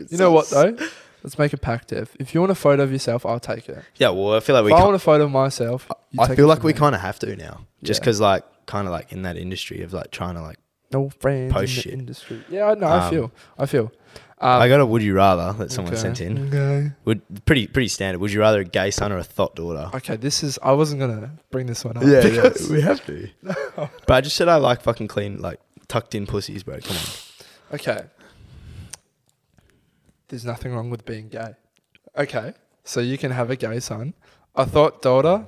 Speaker 1: You know what though? Let's make a pact, Dev. If you want a photo of yourself, I'll take it.
Speaker 2: Yeah, well, I feel like we.
Speaker 1: if I
Speaker 2: Can't,
Speaker 1: want a photo of myself, you
Speaker 2: I
Speaker 1: take
Speaker 2: feel
Speaker 1: it
Speaker 2: like
Speaker 1: from
Speaker 2: we
Speaker 1: me.
Speaker 2: kind of have to now, just
Speaker 1: Yeah.
Speaker 2: because like kind of like in that industry of like trying to like.
Speaker 1: no friends
Speaker 2: Post
Speaker 1: in
Speaker 2: shit.
Speaker 1: the industry. Yeah, I know. I
Speaker 2: Um,
Speaker 1: feel. I feel.
Speaker 2: I
Speaker 1: Um,
Speaker 2: got a would you rather that someone
Speaker 1: okay.
Speaker 2: sent in.
Speaker 1: Okay.
Speaker 2: Would pretty pretty standard. Would you rather a gay son or a thought daughter?
Speaker 1: Okay. This is. I wasn't gonna bring this one up.
Speaker 2: Yeah, yeah,
Speaker 1: because-
Speaker 2: we have to. But I just said I like fucking clean, like tucked in pussies, bro. Come on.
Speaker 1: Okay. There's nothing wrong with being gay. Okay. So you can have a gay son. I thought daughter.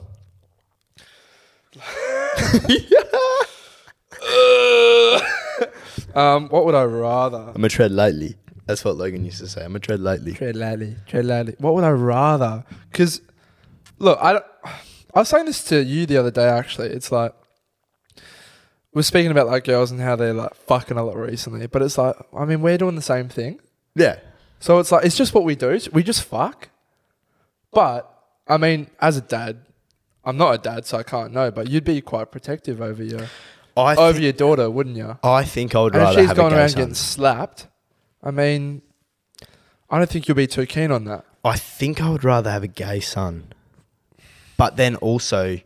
Speaker 1: um, what would I rather?
Speaker 2: I'm gonna tread lightly. That's what Logan used to say. I'm gonna tread lightly.
Speaker 1: Tread lightly, tread lightly. What would I rather? Because, look, I, don't- I was saying this to you the other day. Actually, it's like we're speaking about like girls and how they're like fucking a lot recently. But it's like, I mean, we're doing the same thing.
Speaker 2: Yeah.
Speaker 1: So it's like it's just what we do. We just fuck. But I mean, as a dad, I'm not a dad, so I can't know. But you'd be quite protective over your
Speaker 2: I
Speaker 1: over
Speaker 2: thi-
Speaker 1: your daughter, wouldn't you?
Speaker 2: I think I would
Speaker 1: Oh. And if
Speaker 2: rather
Speaker 1: she's
Speaker 2: have a
Speaker 1: going
Speaker 2: gay
Speaker 1: around
Speaker 2: son.
Speaker 1: getting slapped, I mean, I don't think you'll be too keen on that.
Speaker 2: I think I would rather have a gay son. But then also,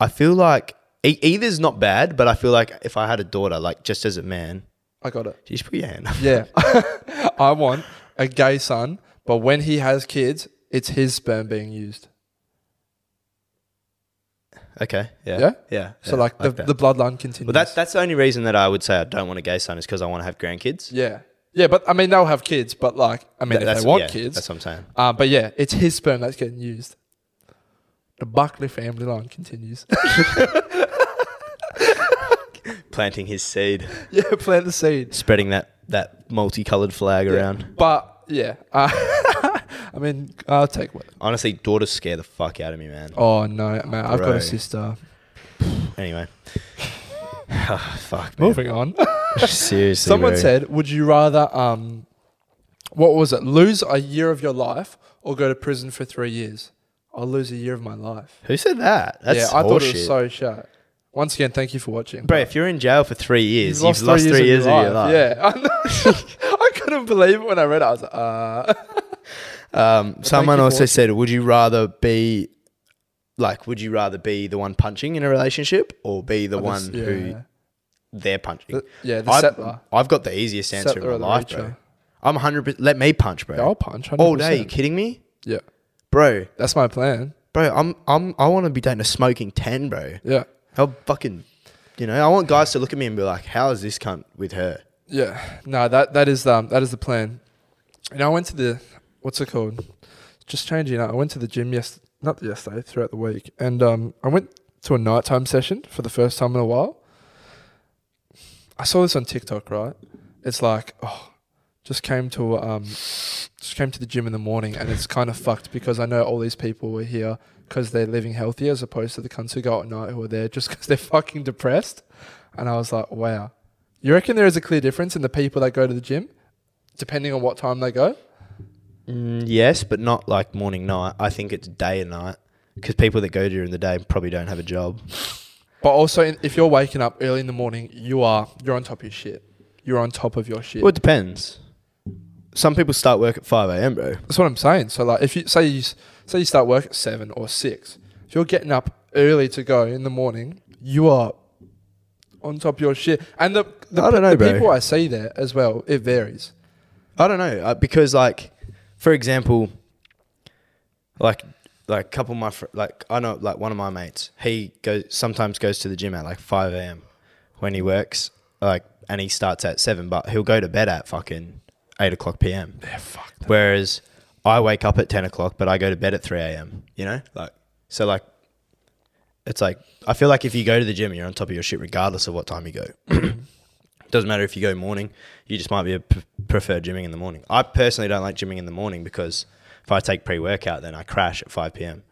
Speaker 2: I feel like e- either's not bad, but I feel like if I had a daughter, like just as a man,
Speaker 1: I got it.
Speaker 2: you just put your hand up.
Speaker 1: Yeah. I want a gay son, but when he has kids, it's his sperm being used.
Speaker 2: Okay. Yeah.
Speaker 1: Yeah?
Speaker 2: Yeah.
Speaker 1: So
Speaker 2: yeah,
Speaker 1: like, the,
Speaker 2: that.
Speaker 1: the bloodline continues.
Speaker 2: well, that's that's the only reason that I would say I don't want a gay son is because I want to have grandkids.
Speaker 1: yeah. Yeah, but I mean they'll have kids, but like I mean
Speaker 2: Th-
Speaker 1: if
Speaker 2: that's
Speaker 1: they want
Speaker 2: yeah,
Speaker 1: kids.
Speaker 2: That's what I'm saying.
Speaker 1: Uh, but yeah, it's his sperm that's getting used. The Buckley family line continues.
Speaker 2: Planting his seed,
Speaker 1: yeah, plant the seed.
Speaker 2: spreading that that multicolored flag around.
Speaker 1: But yeah, uh, I mean, I'll take what.
Speaker 2: Honestly, daughters scare the fuck out of me, man.
Speaker 1: Oh no, man, I've got
Speaker 2: Bro.
Speaker 1: a sister.
Speaker 2: Anyway. Ah, fuck. Man.
Speaker 1: Moving on.
Speaker 2: Seriously.
Speaker 1: Someone
Speaker 2: bro.
Speaker 1: said, "Would you rather um, what was it? Lose a year of your life or go to prison for three years? I'll lose a year of my life."
Speaker 2: Who said that? That's
Speaker 1: yeah, I thought it
Speaker 2: horseshit.
Speaker 1: was so shit. Once again, thank you for watching.
Speaker 2: Bro, if you're in jail for three years,
Speaker 1: You've
Speaker 2: you've lost, three, years, of your life.
Speaker 1: Yeah, I couldn't believe it when I read it. I was like, uh,
Speaker 2: Um,
Speaker 1: you
Speaker 2: someone
Speaker 1: for
Speaker 2: also
Speaker 1: watching.
Speaker 2: said, "Would you rather be like, would you rather be the one punching in a relationship or be the one
Speaker 1: yeah.
Speaker 2: who they're punching?"
Speaker 1: The- yeah, the
Speaker 2: I've,
Speaker 1: settler.
Speaker 2: I've got the easiest answer
Speaker 1: Settler or
Speaker 2: in
Speaker 1: the
Speaker 2: my life,
Speaker 1: reacher?
Speaker 2: bro. I'm 100%. Let me punch, bro.
Speaker 1: Yeah, I'll punch. 100%.
Speaker 2: All day. You kidding me,
Speaker 1: Yeah,
Speaker 2: bro?
Speaker 1: that's my plan.
Speaker 2: Bro, I'm I'm I want to be dating a smoking ten, bro.
Speaker 1: Yeah,
Speaker 2: I'll fucking, you know, I want guys to look at me and be like, "How is this cunt with her?"
Speaker 1: yeah. No, that that is um that is the plan. And I went to the what's it called? Just changing. up. I went to the gym yes, not yesterday, throughout the week, and um I went to a nighttime session for the first time in a while. I saw this on TikTok, right? It's like, oh, just came to um, just came to the gym in the morning, and it's kind of fucked because I know all these people were here because they're living healthy, as opposed to the cunts who go at night who are there just because they're fucking depressed. And I was like, wow, you reckon there is a clear difference in the people that go to the gym, depending on what time they go?
Speaker 2: Mm, yes, but not like morning night. I think it's day and night because people that go during the day probably don't have a job.
Speaker 1: But also, in, if you're waking up early in the morning, you are you're on top of your shit. You're on top of your shit.
Speaker 2: Well, it depends. Some people start work at five a.m., bro.
Speaker 1: That's what I'm saying. So like, if you say you s- say you start work at seven or six, if you're getting up early to go in the morning, you are on top of your shit. And the the,
Speaker 2: I don't know,
Speaker 1: the
Speaker 2: bro.
Speaker 1: people I see there as well, it varies.
Speaker 2: I don't know uh, because, like, for example, like, like a couple of my fr- like I know like one of my mates. He goes sometimes goes to the gym at like five a.m. when he works, like, and he starts at seven, but he'll go to bed at fucking eight o'clock p.m.
Speaker 1: Yeah, fuck. That.
Speaker 2: Whereas I wake up at 10 o'clock, but I go to bed at 3 a.m., you know? Like, so like, it's like, I feel like if you go to the gym, you're on top of your shit regardless of what time you go. Doesn't matter if you go morning, you just might be a p- prefer gymming in the morning. I personally don't like gymming in the morning because if I take pre workout, then I crash at 5 p.m.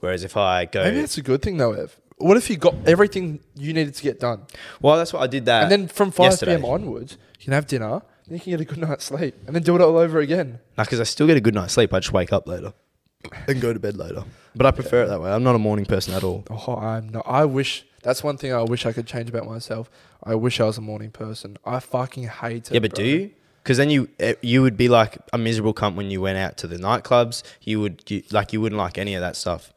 Speaker 2: Whereas if I go,
Speaker 1: Maybe that's a good thing though, Ev. What if you got everything you needed to get done,
Speaker 2: well, that's what I did that.
Speaker 1: and then from five
Speaker 2: Uh, yesterday.
Speaker 1: pm onwards, you can have dinner, then you can get a good night's sleep, and then do it all over again.
Speaker 2: because I still get a good night's sleep. I just wake up later and go to bed later. But I prefer it that way. I'm not a morning person at all.
Speaker 1: Oh, I'm not. I wish that's one thing I wish I could change about myself. I wish I was a morning person. I fucking hate it.
Speaker 2: Yeah, but
Speaker 1: bro.
Speaker 2: do you? Because then you eh, you would be like a miserable cunt when you went out to the nightclubs. You would you, like you wouldn't like any of that stuff.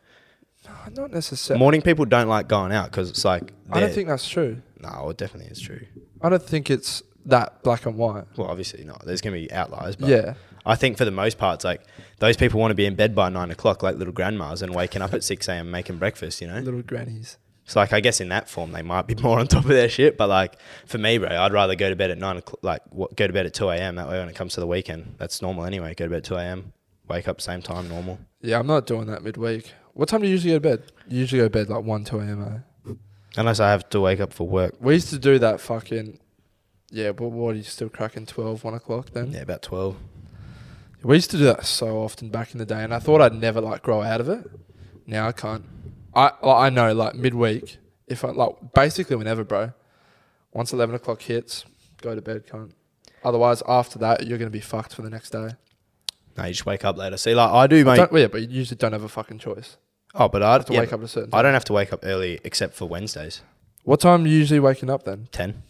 Speaker 1: Not necessarily.
Speaker 2: Morning people don't like going out because it's like
Speaker 1: I don't think that's true.
Speaker 2: no, it definitely is true.
Speaker 1: I don't think it's that black and white.
Speaker 2: Well, obviously not. There's gonna be outliers, but
Speaker 1: Yeah.
Speaker 2: I think for the most part, it's like those people want to be in bed by nine o'clock, like little grandmas, and waking up at six a.m. making breakfast. You know,
Speaker 1: Little grannies.
Speaker 2: it's like I guess in that form they might be more on top of their shit. But like for me, bro, I'd rather go to bed at nine o'clock, like what, go to bed at two a.m. That way, when it comes to the weekend, that's normal anyway. Go to bed at two a.m. Wake up same time, normal.
Speaker 1: Yeah, I'm not doing that midweek. What time do you usually go to bed? You usually go to bed like 1, 2 a.m. eh?
Speaker 2: Unless I have to wake up for work.
Speaker 1: We used to do that fucking. Yeah, but what are you still cracking 12, 1 o'clock then?
Speaker 2: Yeah, about 12.
Speaker 1: We used to do that so often back in the day, and I thought I'd never like grow out of it. Now I can't. I like, I know like midweek, if I like basically whenever, bro. Once eleven o'clock hits, go to bed, can't. Otherwise, after that, you're gonna be fucked for the next day.
Speaker 2: No, you just wake up later. See, like I do, mate.
Speaker 1: Don't, yeah, but you usually don't have a fucking choice.
Speaker 2: oh, but I
Speaker 1: have to wake up at a certain.
Speaker 2: I
Speaker 1: Time.
Speaker 2: don't have to wake up early except for Wednesdays,
Speaker 1: What time are you usually waking up then?
Speaker 2: 10.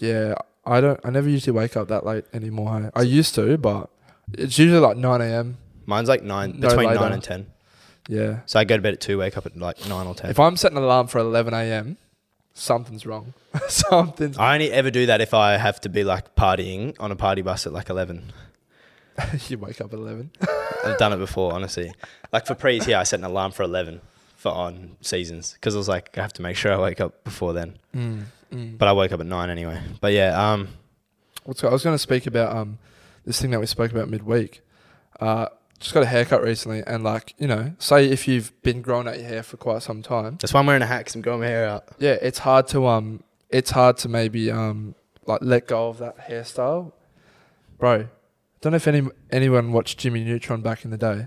Speaker 1: Yeah, I don't. I never usually wake up that late anymore. hey. I used to, but it's usually like nine a.m.
Speaker 2: Mine's like nine
Speaker 1: No
Speaker 2: between nine
Speaker 1: later.
Speaker 2: and ten.
Speaker 1: Yeah.
Speaker 2: So I go to bed at two, wake up at like nine or ten.
Speaker 1: If I'm setting an alarm for 11 a.m., something's wrong. something's.
Speaker 2: I only ever do that if I have to be like partying on a party bus at like eleven.
Speaker 1: you wake up at 11.
Speaker 2: I've done it before, honestly. Like for pre's here, I set an alarm for eleven for on seasons because I was like, I have to make sure I wake up before then.
Speaker 1: Mm, mm.
Speaker 2: But I woke up at nine anyway. But yeah, um,
Speaker 1: What's, I was going to speak about um, this thing that we spoke about midweek. Uh, just got a haircut recently, and like you know, say if you've been growing out your hair for quite some time,
Speaker 2: that's why I'm wearing a hat because I'm growing my hair out.
Speaker 1: yeah, it's hard to um, it's hard to maybe um, like let go of that hairstyle, bro. Don't know if any anyone watched Jimmy Neutron back in the day.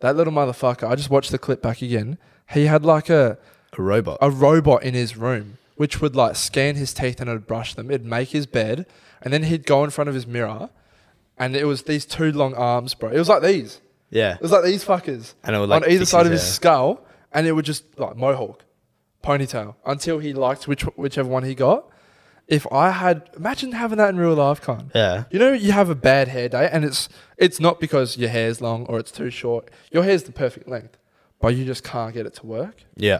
Speaker 1: That little motherfucker. I just watched the clip back again. He had like a
Speaker 2: A robot.
Speaker 1: a robot in his room which would like scan his teeth and it'd brush them. It'd make his bed, and then he'd go in front of his mirror, and it was these two long arms, bro. It was like these.
Speaker 2: Yeah,
Speaker 1: It was like these fuckers
Speaker 2: and it would like
Speaker 1: on either
Speaker 2: fix
Speaker 1: side of his
Speaker 2: hair.
Speaker 1: skull, and it would just like mohawk, ponytail until he liked which whichever one he got. If I had imagine having that in real life, con.
Speaker 2: Yeah,
Speaker 1: You know, you have a bad hair day, and it's it's not because your hair's long or it's too short. Your hair's the perfect length, but you just can't get it to work.
Speaker 2: yeah.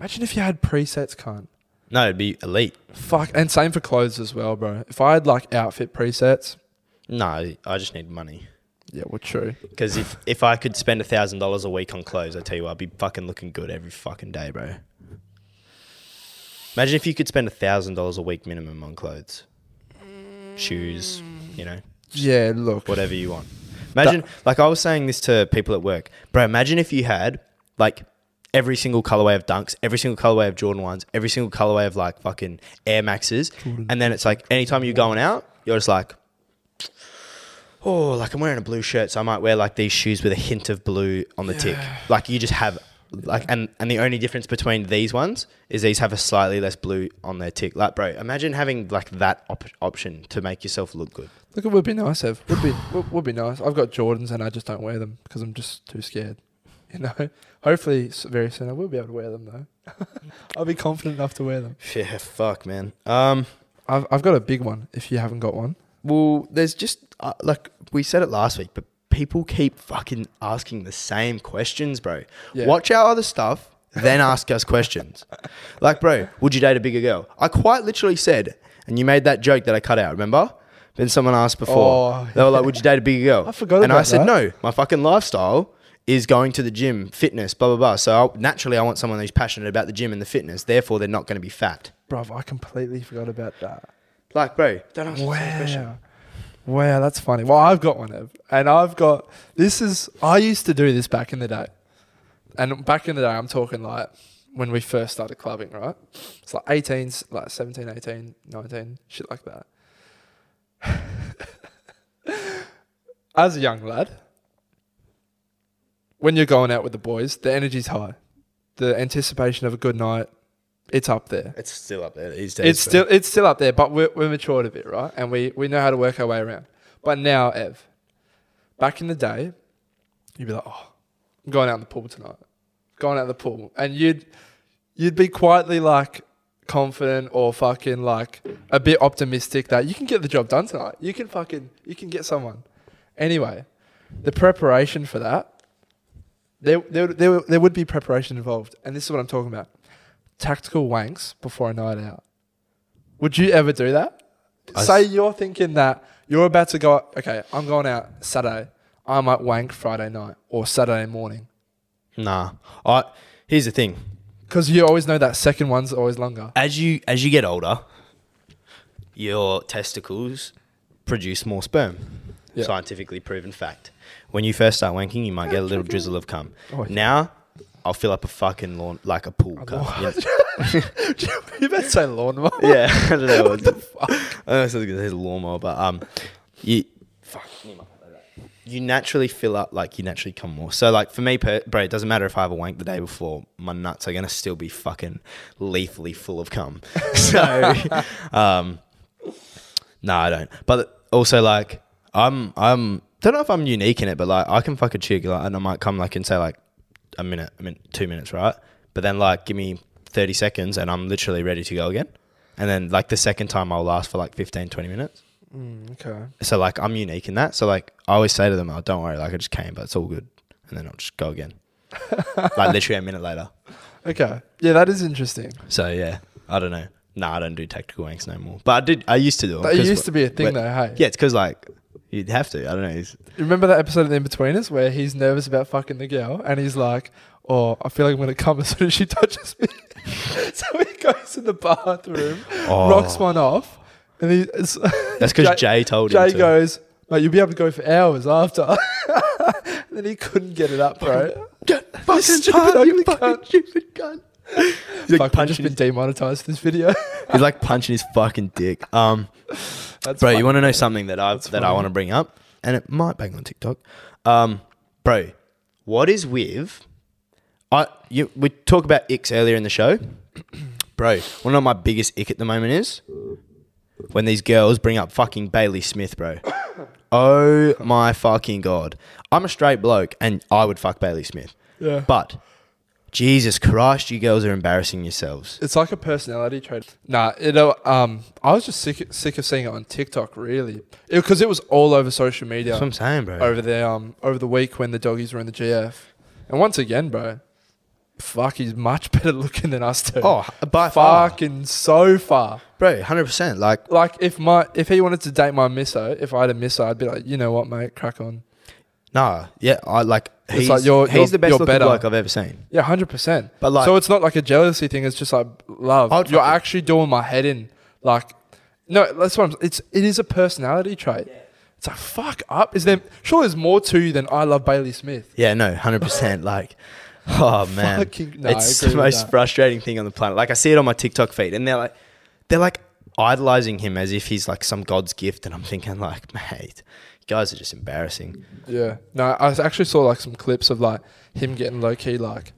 Speaker 1: Imagine if you had presets, cunt.
Speaker 2: No, it'd be elite.
Speaker 1: Fuck, and same for clothes as well, bro. If I had like outfit presets,
Speaker 2: No, I just need money.
Speaker 1: yeah, well, true.
Speaker 2: Because if, if I could spend a thousand dollars a week on clothes, I tell you, what, I'd be fucking looking good every fucking day, bro. Imagine if you could spend a thousand dollars a week minimum on clothes, shoes, you know,
Speaker 1: Yeah, look,
Speaker 2: whatever you want. Imagine, like I was saying this to people at work, bro. Imagine if you had like every single colorway of Dunks, every single colorway of Jordan ones, every single colorway of like fucking Air Maxes, and then it's like anytime you're going out, you're just like, oh, like I'm wearing a blue shirt, so I might wear like these shoes with a hint of blue on the tick. Like you just have. Like and and the only difference between these ones is these have a slightly less blue on their tick. Like, bro, imagine having like that op- option to make yourself look good.
Speaker 1: look, it would be nice. Ev. Would be would, would be nice. I've got Jordans and I just don't wear them because I'm just too scared. You know. Hopefully, s- very soon I will be able to wear them though. I'll be confident enough to wear them.
Speaker 2: Yeah, fuck, man. Um,
Speaker 1: I've I've got a big one. If you haven't got one,
Speaker 2: well, there's just uh, like we said it last week, but people keep fucking asking the same questions, bro.
Speaker 1: Yeah.
Speaker 2: Watch our other stuff, then ask us questions. Like, bro, would you date a bigger girl? I quite literally said, and you made that joke that I cut out. Remember? Then someone asked before.
Speaker 1: Oh,
Speaker 2: they were like, "Would you date a bigger girl?"
Speaker 1: I forgot
Speaker 2: And I
Speaker 1: about
Speaker 2: said,
Speaker 1: that.
Speaker 2: "No, my fucking lifestyle." Is going to the gym, fitness, blah blah blah. So I, naturally, I want someone who's passionate about the gym and the fitness. Therefore, they're not going to be fat.
Speaker 1: bruv, I completely forgot about that.
Speaker 2: Like, bro, don't ask the same question.
Speaker 1: Wow. Wow, that's funny. Well, I've got one, Ev. And I've got this is I used to do this back in the day. And back in the day, I'm talking like when we first started clubbing, right? It's like 18, like 17, 18, 19, shit like that. As a young lad, when you're going out with the boys, the energy's high. The anticipation of a good night, it's up there.
Speaker 2: It's still up there these days.
Speaker 1: It's
Speaker 2: bro.
Speaker 1: still it's still up there, but we're, we're matured a bit, right? And we, we know how to work our way around. But now, Ev, back in the day, you'd be like, oh, I'm going out in the pool tonight. Going out in the pool, and you'd you'd be quietly like confident or fucking like a bit optimistic that you can get the job done tonight. You can fucking you can get someone. Anyway, the preparation for that. There, there, there, there would be preparation involved, and this is what I'm talking about tactical wanks before a night out. Would you ever do that?
Speaker 2: I
Speaker 1: Say you're thinking that you're about to go. Okay, I'm going out Saturday. I might wank Friday night or Saturday morning
Speaker 2: nah. I here's the thing.
Speaker 1: because you always know that second one's always longer.
Speaker 2: As you as you get older, your testicles produce more sperm.
Speaker 1: Yeah.
Speaker 2: Scientifically proven fact. When you first start wanking, you might get a little drizzle of cum.
Speaker 1: Oh, yeah.
Speaker 2: Now, I'll fill up a fucking lawn like a pool cum. Yeah,
Speaker 1: you better say lawnmower.
Speaker 2: yeah I don't know. What the fuck? I don't know if it's because there's a lawnmower, but um, you fuck. I need my- You naturally fill up, like you naturally come more. So, like for me, per, bro, it doesn't matter if I have a wank the day before. My nuts are gonna still be fucking lethally full of cum. so, um, no, I don't. But also, like, I'm, I'm, don't know if I'm unique in it, but like, I can fuck a chick, like, and I might come like and say like a minute, I mean, two minutes, right? But then like, give me thirty seconds, and I'm literally ready to go again. And then like the second time, I'll last for like 15, 20 minutes.
Speaker 1: Mm, okay.
Speaker 2: So like I'm unique in that. So like I always say to them, "Oh, don't worry, like I just came, but it's all good," and then I'll just go again, like literally a minute later.
Speaker 1: Okay. Yeah, that is interesting.
Speaker 2: So yeah, I don't know. No, I don't do tactical wanks no more. But I did. I used to do them.
Speaker 1: That
Speaker 2: 'cause
Speaker 1: used to be a
Speaker 2: wh-
Speaker 1: thing though, hey.
Speaker 2: Yeah, it's because like you'd have to. I don't know. It's,
Speaker 1: You Remember that episode of The Inbetweeners where he's nervous about fucking the girl and he's like, Oh, I feel like I'm gonna come as soon as she touches me. so he goes in the bathroom,
Speaker 2: Oh.
Speaker 1: rocks one off, and he it's-
Speaker 2: that's because Jay, told
Speaker 1: Jay
Speaker 2: him. to.
Speaker 1: goes, Mate, you'll be able to go for hours after And then he couldn't get it up, bro.
Speaker 2: Fucking
Speaker 1: stupid
Speaker 2: cunt,
Speaker 1: ugly
Speaker 2: you fucking
Speaker 1: cunt.
Speaker 2: stupid cunt.
Speaker 1: Fuck,
Speaker 2: He's like,
Speaker 1: I've just
Speaker 2: punching
Speaker 1: been
Speaker 2: his,
Speaker 1: demonetized for this video.
Speaker 2: he's like punching his fucking dick. Um,
Speaker 1: That's
Speaker 2: bro,
Speaker 1: fu-
Speaker 2: you want to know something that I that I
Speaker 1: funny.
Speaker 2: want to bring up, and it might bang on TikTok. Um, bro, what is with? I you we talked about icks earlier in the show, bro. One of my biggest ick at the moment is when these girls bring up fucking Bailey Smith, bro. Oh my fucking god! I'm a straight bloke, and I would fuck Bailey Smith.
Speaker 1: Yeah.
Speaker 2: But Jesus Christ, you girls are embarrassing yourselves.
Speaker 1: It's like a personality trait. Nah, it. uh, Um, I was just sick, sick of seeing it on TikTok. Really, because it, was all over social media
Speaker 2: That's what I'm saying, bro.
Speaker 1: over the um over the week when the doggies were in the GF, and once again, bro, fuck, he's much better looking than us two.
Speaker 2: Oh, by far,
Speaker 1: fucking so far.
Speaker 2: bro, hundred percent. Like,
Speaker 1: Like if my if he wanted to date my misso, if I had a misso, I'd be like, you know what, mate, crack on.
Speaker 2: nah, yeah, I like.
Speaker 1: It's
Speaker 2: He's,
Speaker 1: like you're-
Speaker 2: he's the
Speaker 1: you're-
Speaker 2: best
Speaker 1: you're
Speaker 2: looking
Speaker 1: better.
Speaker 2: bloke I've ever seen.
Speaker 1: Yeah, hundred percent.
Speaker 2: But, like-
Speaker 1: so it's not like a jealousy thing. It's just like love.
Speaker 2: I'd
Speaker 1: You're
Speaker 2: fucking-
Speaker 1: actually doing my head in. Like, no, that's what I'm. It's it is a personality trait. It's like fuck up. Is there sure there's more to you than I love Bailey Smith?
Speaker 2: Yeah, no, hundred percent. Like, oh man,
Speaker 1: Fucking- no, I
Speaker 2: it's
Speaker 1: agree
Speaker 2: the
Speaker 1: with
Speaker 2: most
Speaker 1: that.
Speaker 2: frustrating thing on the planet. Like, I see it on my TikTok feed, and they're like, they're like idolizing him as if he's like some god's gift, and I'm thinking like, mate, you guys are just embarrassing.
Speaker 1: Yeah. No, I actually saw like some clips of like him getting low key like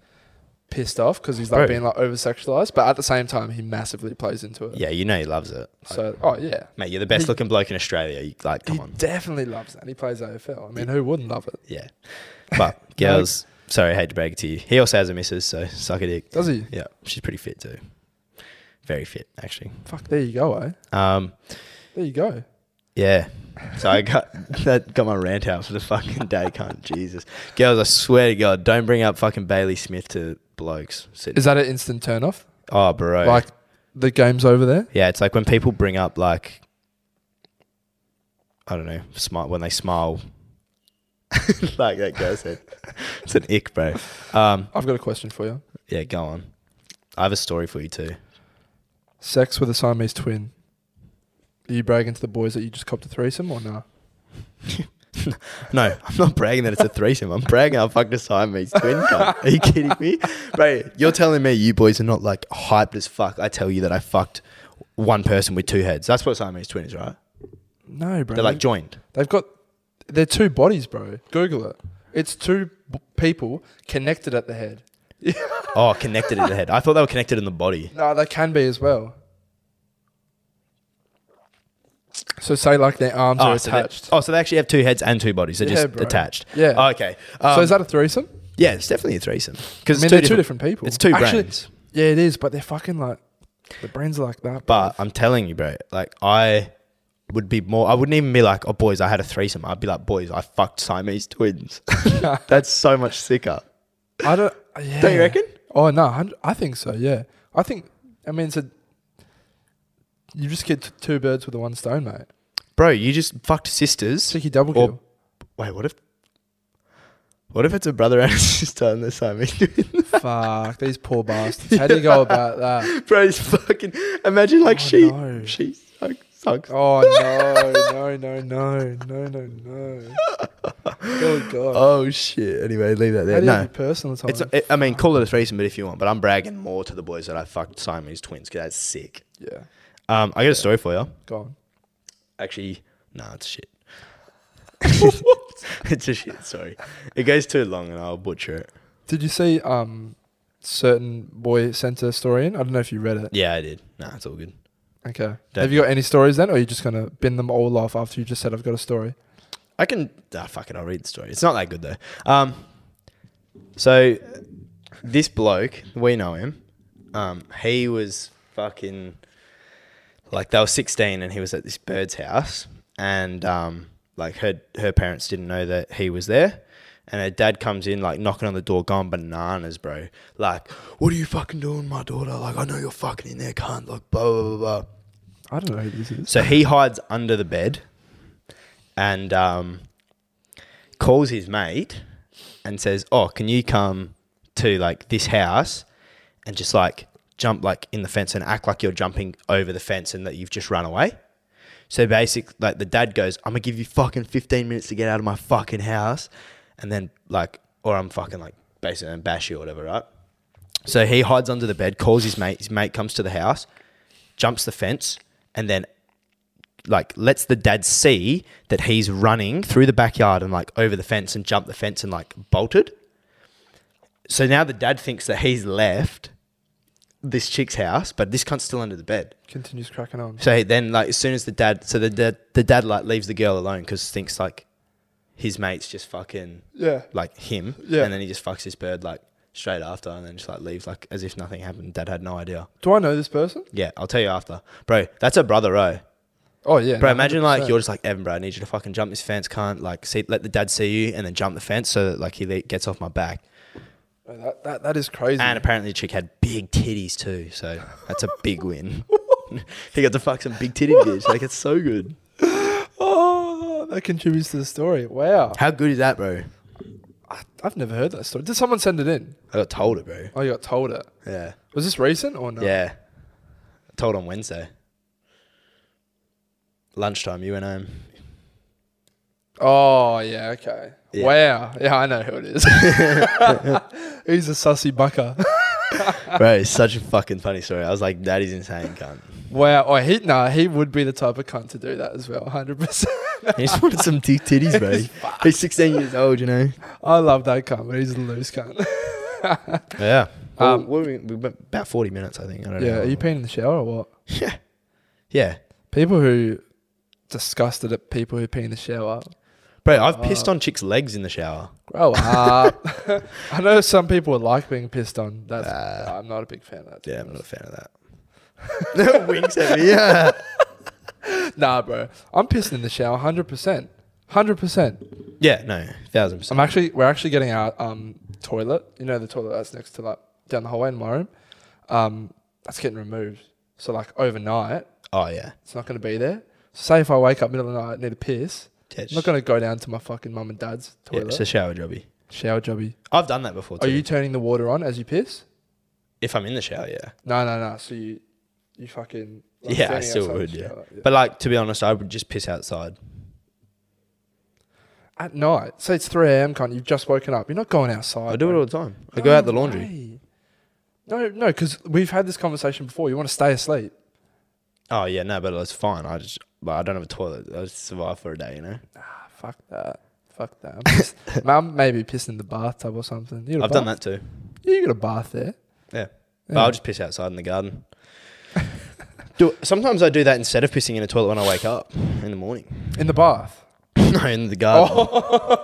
Speaker 1: pissed off because he's like
Speaker 2: Bro.
Speaker 1: being like over sexualized, but at the same time he massively plays into it.
Speaker 2: Yeah, you know he loves it. Like,
Speaker 1: So oh yeah.
Speaker 2: mate, you're the best looking bloke in Australia. You, like, come
Speaker 1: he
Speaker 2: on,
Speaker 1: definitely loves that. He plays AFL. I mean, who wouldn't love it?
Speaker 2: yeah. But girls, sorry, hate to break it to you. He also has a missus, so suck a dick.
Speaker 1: Does he?
Speaker 2: Yeah, she's pretty fit too. Very fit, actually.
Speaker 1: Fuck, there you go, eh?
Speaker 2: Um,
Speaker 1: There you go.
Speaker 2: yeah. So I got that got my rant out for the fucking day, cunt. Jesus, girls, I swear to God, don't bring up fucking Bailey Smith to blokes. Sit-
Speaker 1: Is that an instant turn off?
Speaker 2: oh, bro.
Speaker 1: Like the game's over there.
Speaker 2: yeah, it's like when people bring up like, I don't know, smile when they smile. like that girl said, it's an ick, bro. Um,
Speaker 1: I've got a question for you.
Speaker 2: yeah, go on. I have a story for you too.
Speaker 1: Sex with a Siamese twin. Are you bragging to the boys that you just copped a threesome or nah?
Speaker 2: No, I'm not bragging that it's a threesome. I'm bragging I fucked a Siamese twin. cunt. Are you kidding me? Bro, you're telling me you boys are not like hyped as fuck. I tell you that I fucked one person with two heads. That's what a Siamese twin is, right?
Speaker 1: No, bro.
Speaker 2: They're like joined.
Speaker 1: They've got they're two bodies, bro. Google it. It's two b- people connected at the head.
Speaker 2: Oh, connected in the head. I thought they were connected in the body.
Speaker 1: No, they can be as well. So say like their arms are
Speaker 2: Oh so, they,
Speaker 1: attached.
Speaker 2: oh, so they actually have two heads and two bodies. They're
Speaker 1: Yeah,
Speaker 2: just
Speaker 1: bro.
Speaker 2: attached.
Speaker 1: Yeah.
Speaker 2: Oh, okay. Um,
Speaker 1: so is that a threesome?
Speaker 2: yeah, it's definitely a threesome. Because
Speaker 1: I mean,
Speaker 2: it's two
Speaker 1: they're
Speaker 2: different,
Speaker 1: two different people.
Speaker 2: It's two
Speaker 1: Actually,
Speaker 2: brains.
Speaker 1: Yeah, it is, but they're fucking like the brains are like that. bro.
Speaker 2: But I'm telling you, bro, like I would be more. I wouldn't even be like, "Oh, boys, I had a threesome." I'd be like, "Boys, I fucked Siamese twins." That's so much sicker.
Speaker 1: I don't. Yeah.
Speaker 2: Don't you reckon?
Speaker 1: Oh no, hun- I think so. Yeah, I think. I mean, it's a. You just get t- two birds with the one stone, mate.
Speaker 2: Bro, you just fucked sisters.
Speaker 1: Sticky double
Speaker 2: Or-
Speaker 1: kill.
Speaker 2: Wait, what if? What if it's a brother and a sister and they're Siamese twins?
Speaker 1: Fuck these poor bastards. How do you go about that?
Speaker 2: Bro, it's fucking. Imagine like
Speaker 1: Oh,
Speaker 2: she
Speaker 1: no.
Speaker 2: she suck- sucks.
Speaker 1: Oh no, no, no, no, no, no, no. Oh god.
Speaker 2: Oh shit. Anyway, leave that
Speaker 1: How
Speaker 2: there.
Speaker 1: do you have
Speaker 2: No.
Speaker 1: your personal time?
Speaker 2: It's, it, I mean, call it a threesome, but if you want. But I'm bragging more to the boys that I fucked Siamese twins because that's sick.
Speaker 1: yeah.
Speaker 2: Um, I got a story for you.
Speaker 1: Go on.
Speaker 2: Actually, nah, it's shit. it's a shit story. It goes too long and I'll butcher it.
Speaker 1: Did you see um certain boy sent a story in? I don't know if you read it.
Speaker 2: Yeah, I did. Nah, it's all good.
Speaker 1: Okay.
Speaker 2: Don't-
Speaker 1: Have you got any stories then, or are you just gonna bin them all off after you just said I've got a story?
Speaker 2: I can. Ah, fuck it. I'll read the story. It's not that good though. Um, so this bloke, we know him. Um, he was fucking like they were sixteen, and he was at this bird's house, and um, like her her parents didn't know that he was there. And her dad comes in like knocking on the door, going bananas, bro. Like, what are you fucking doing, my daughter? Like, I know you're fucking in there, cunt. Like, blah blah blah. blah.
Speaker 1: I don't know who this is.
Speaker 2: So he hides under the bed and um, calls his mate and says, "Oh, can you come to like this house and just like jump like in the fence and act like you're jumping over the fence and that you've just run away?" So basic, like the dad goes, "I'm gonna give you fucking 15 minutes to get out of my fucking house," and then like, or I'm fucking like basically and bash you or whatever, right? So he hides under the bed, calls his mate. His mate comes to the house, jumps the fence, and then like lets the dad see that he's running through the backyard and like over the fence and jumped the fence and like bolted. So now the dad thinks that he's left this chick's house, but this cunt's still under the bed.
Speaker 1: Continues cracking on.
Speaker 2: So then, like, as soon as the dad, so the dad, the dad like leaves the girl alone because thinks like his mate's just fucking
Speaker 1: Yeah.
Speaker 2: like him,
Speaker 1: Yeah.
Speaker 2: and then he just fucks this bird like straight after, and then just like leaves like as if nothing happened. Dad had no idea.
Speaker 1: Do I know this person?
Speaker 2: Yeah, I'll tell you after, bro. That's a brother, oh.
Speaker 1: Oh yeah.
Speaker 2: Bro,
Speaker 1: no,
Speaker 2: imagine like
Speaker 1: 100%.
Speaker 2: you're just like Evan, bro. I need you to fucking jump this fence, can't like see, let the dad see you, and then jump the fence so that like he le- gets off my back.
Speaker 1: Bro, Oh, that, that, that is crazy.
Speaker 2: And apparently, the chick had big titties too, so that's a big win. he got to fuck some big titty bitch. Like it's so good.
Speaker 1: oh, that contributes to the story. Wow.
Speaker 2: How good is that, bro?
Speaker 1: I, I've never heard that story. Did someone send it in?
Speaker 2: I got told it, bro.
Speaker 1: Oh, you got told it.
Speaker 2: Yeah, Oh.
Speaker 1: Was this recent or no?
Speaker 2: yeah. Told on Wednesday. Lunchtime, you went home.
Speaker 1: Oh yeah. Okay.
Speaker 2: Yeah.
Speaker 1: Wow. Yeah, I know who it is. He's a sussy bucker.
Speaker 2: Bro, it's such a fucking funny story. I was like, that is insane, cunt.
Speaker 1: wow. Oh, he nah. He would be the type of cunt to do that as well. Hundred percent.
Speaker 2: He just wanted some t- titties, bro. He's 16 years old, you know.
Speaker 1: I love that cunt, but he's a loose cunt.
Speaker 2: Yeah.
Speaker 1: Um,
Speaker 2: Well, what were we, we went about 40 minutes, I think. I don't
Speaker 1: yeah.
Speaker 2: know.
Speaker 1: Are you peeing in the shower or what?
Speaker 2: yeah. Yeah.
Speaker 1: People who disgusted at people who pee in the shower.
Speaker 2: Bro, I've
Speaker 1: Uh,
Speaker 2: pissed on chicks' legs in the shower.
Speaker 1: Grow up. I know some people would like being pissed on. That's
Speaker 2: Nah.
Speaker 1: I'm not a big fan of that. to
Speaker 2: uh, Yeah,
Speaker 1: be
Speaker 2: I'm not a fan of that. Winks at me. Yeah.
Speaker 1: honest. Nah, bro. I'm pissing in the shower 100%. 100%.
Speaker 2: Yeah, no, thousand
Speaker 1: I'm
Speaker 2: percent.
Speaker 1: actually we're actually getting our um toilet. You know the toilet that's next to like down the hallway in my room. Um that's getting removed. So like overnight,
Speaker 2: Oh, yeah.
Speaker 1: it's not going to be there. Say if I wake up middle of the night and need a piss,
Speaker 2: yeah
Speaker 1: I'm not going to go down to my fucking mum and dad's
Speaker 2: yeah,
Speaker 1: toilet.
Speaker 2: it's a shower jobby.
Speaker 1: shower jobby.
Speaker 2: I've done that before too.
Speaker 1: Are you turning the water on as you piss?
Speaker 2: if I'm in the shower, yeah.
Speaker 1: No, no, no. So you, you fucking.
Speaker 2: Yeah, I
Speaker 1: standing
Speaker 2: still
Speaker 1: outside the
Speaker 2: would, yeah.
Speaker 1: shower,
Speaker 2: But like, to be honest, I would just piss outside.
Speaker 1: At night, say it's three a.m. Kind, you've just woken up. You're not going outside.
Speaker 2: I do it
Speaker 1: bro.
Speaker 2: all the time. I go out the
Speaker 1: No
Speaker 2: laundry.
Speaker 1: way. Oh, No, no, because we've had this conversation before. You want to stay asleep.
Speaker 2: Oh yeah, no, but it's fine. I just, but I don't have a toilet. I just survive for a day, you know.
Speaker 1: Ah, fuck that. Fuck that. I'm, pissed. Mum maybe pissing in the bathtub or something. You got a
Speaker 2: I've done
Speaker 1: bath?
Speaker 2: that too.
Speaker 1: Yeah, you got a bath there.
Speaker 2: Yeah. But
Speaker 1: Yeah.
Speaker 2: I'll just piss outside in the garden. do sometimes I do that instead of pissing in a toilet when I wake up in the morning.
Speaker 1: In the bath.
Speaker 2: no, in
Speaker 1: Oh,
Speaker 2: the garden.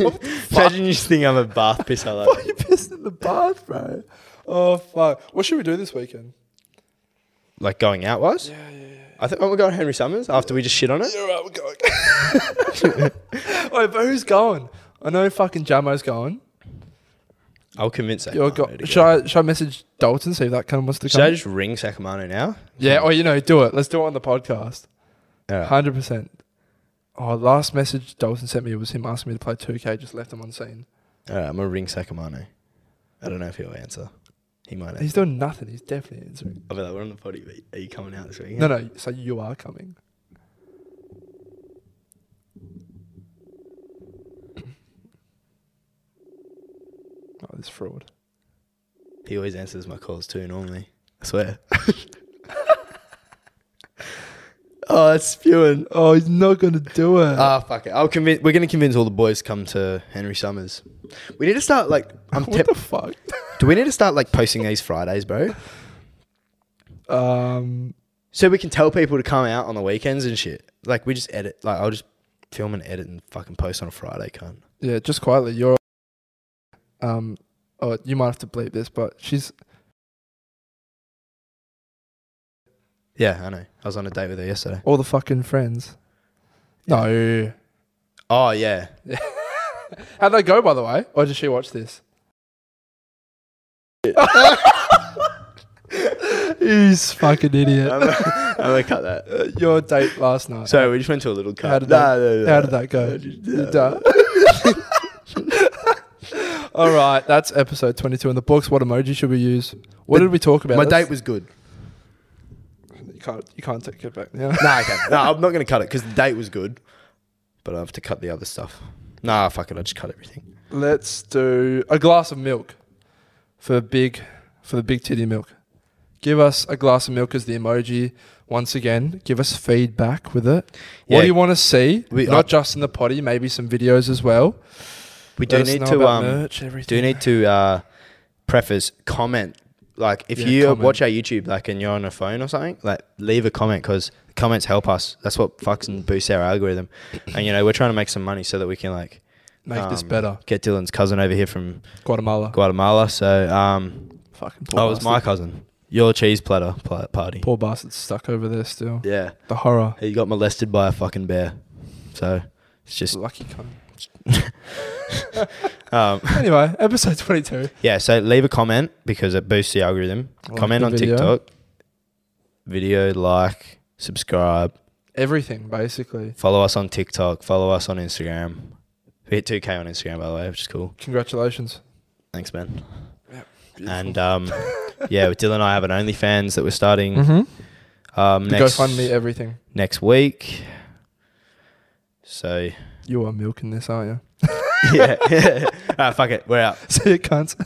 Speaker 2: Oh. Imagine you just think I'm a bath pisser.
Speaker 1: Why
Speaker 2: Like,
Speaker 1: you pissing in the bath, bro? Oh fuck. What should we do this weekend?
Speaker 2: like going out was?
Speaker 1: Yeah, yeah, yeah.
Speaker 2: I think aren't we going Henry Summers after we just shit on it?
Speaker 1: You're right, we're going. Wait, but who's going? I know fucking Jamo's going.
Speaker 2: I'll convince her.
Speaker 1: You're go- should, I, should I message Dalton, see if that kind of wants to
Speaker 2: Should
Speaker 1: come?
Speaker 2: I just ring Sacamano now?
Speaker 1: yeah, or you know, do it. Let's do it on the podcast.
Speaker 2: Yeah.
Speaker 1: 100%. Oh, last message Dalton sent me was him asking me to play 2K, just left him on scene.
Speaker 2: All right, I'm gonna ring Sacamano. I don't know if he'll answer. He might. Answer.
Speaker 1: He's doing nothing. He's definitely answering.
Speaker 2: I'll be like, we're on the potty. mate. Are you coming out this weekend?
Speaker 1: No, no, so you are coming. Oh, this fraud.
Speaker 2: He always answers my calls too. Normally, I swear. oh, it's spewing.
Speaker 1: Oh, he's not going to do it.
Speaker 2: Ah, fuck it. I'll convince. We're gonna convince all the boys to come to Henry Summers. We need to start like. I'm.
Speaker 1: what
Speaker 2: tep-
Speaker 1: the fuck?
Speaker 2: do we need to start like posting these Fridays, bro?
Speaker 1: Um,
Speaker 2: So we can tell people to come out on the weekends and shit. Like we just edit. Like I'll just film and edit and fucking post on a Friday, cunt.
Speaker 1: yeah, just quietly. You're, um, oh, you might have to bleep this, but she's
Speaker 2: Yeah, I know. I was on a date with her yesterday.
Speaker 1: All the fucking friends. No.
Speaker 2: Oh yeah.
Speaker 1: How'd they go, by the way? Or did she watch this? He's fucking idiot.
Speaker 2: I'm gonna- I'm gonna cut that.
Speaker 1: Uh, Your date last night.
Speaker 2: So we just went to a little cut.
Speaker 1: How did
Speaker 2: Nah,
Speaker 1: that-
Speaker 2: nah, nah.
Speaker 1: How did that go? Duh. All right, that's episode 22 in the books. What emoji should we use? What
Speaker 2: The-
Speaker 1: did we talk about?
Speaker 2: My
Speaker 1: That's-
Speaker 2: date was good.
Speaker 1: You can't, you can't take it back now.
Speaker 2: Nah, okay. nah, I'm not gonna cut it because the date was good, but I have to cut the other stuff. Nah, fuck it. I just cut everything.
Speaker 1: Let's do a glass of milk for big for the big titty milk. Give us a glass of milk as the emoji. Once again, give us feedback with it. What
Speaker 2: Yeah.
Speaker 1: do you want to see?
Speaker 2: We-
Speaker 1: Not
Speaker 2: I-
Speaker 1: just in the potty, maybe some videos as well.
Speaker 2: We do
Speaker 1: Let us
Speaker 2: need
Speaker 1: know
Speaker 2: to
Speaker 1: about
Speaker 2: um.
Speaker 1: merch, everything.
Speaker 2: do need to uh, preface comment like if
Speaker 1: Yeah,
Speaker 2: you
Speaker 1: comment.
Speaker 2: watch our youtube like and you're on a phone or something like leave a comment because comments help us that's what fucks and boosts our algorithm and you know we're trying to make some money so that we can like
Speaker 1: make this
Speaker 2: um,
Speaker 1: better.
Speaker 2: get dylan's cousin over here from
Speaker 1: Guatemala.
Speaker 2: guatemala so um
Speaker 1: Fucking poor.
Speaker 2: oh it's my
Speaker 1: bastard.
Speaker 2: cousin your cheese platter pla- party
Speaker 1: Poor bastard's stuck over there still.
Speaker 2: yeah
Speaker 1: The horror.
Speaker 2: he got molested by a fucking bear so it's just
Speaker 1: Lucky cunt.
Speaker 2: um
Speaker 1: Anyway, episode 22.
Speaker 2: Yeah, so leave a comment because it boosts the algorithm.
Speaker 1: Like
Speaker 2: comment
Speaker 1: the
Speaker 2: on
Speaker 1: video.
Speaker 2: TikTok. Video, like, subscribe.
Speaker 1: Everything, basically.
Speaker 2: Follow us on TikTok. Follow us on Instagram. We hit 2K on Instagram, by the way, which is cool.
Speaker 1: Congratulations.
Speaker 2: Thanks, man.
Speaker 1: Beautiful.
Speaker 2: And um, yeah, Dylan and I have an OnlyFans that we're starting
Speaker 1: Mhm.
Speaker 2: um,
Speaker 1: The
Speaker 2: next,
Speaker 1: GoFundMe, everything.
Speaker 2: next week. So,
Speaker 1: You are milking this, aren't you?
Speaker 2: yeah. Ah, fuck it. We're out.
Speaker 1: See you, cunts.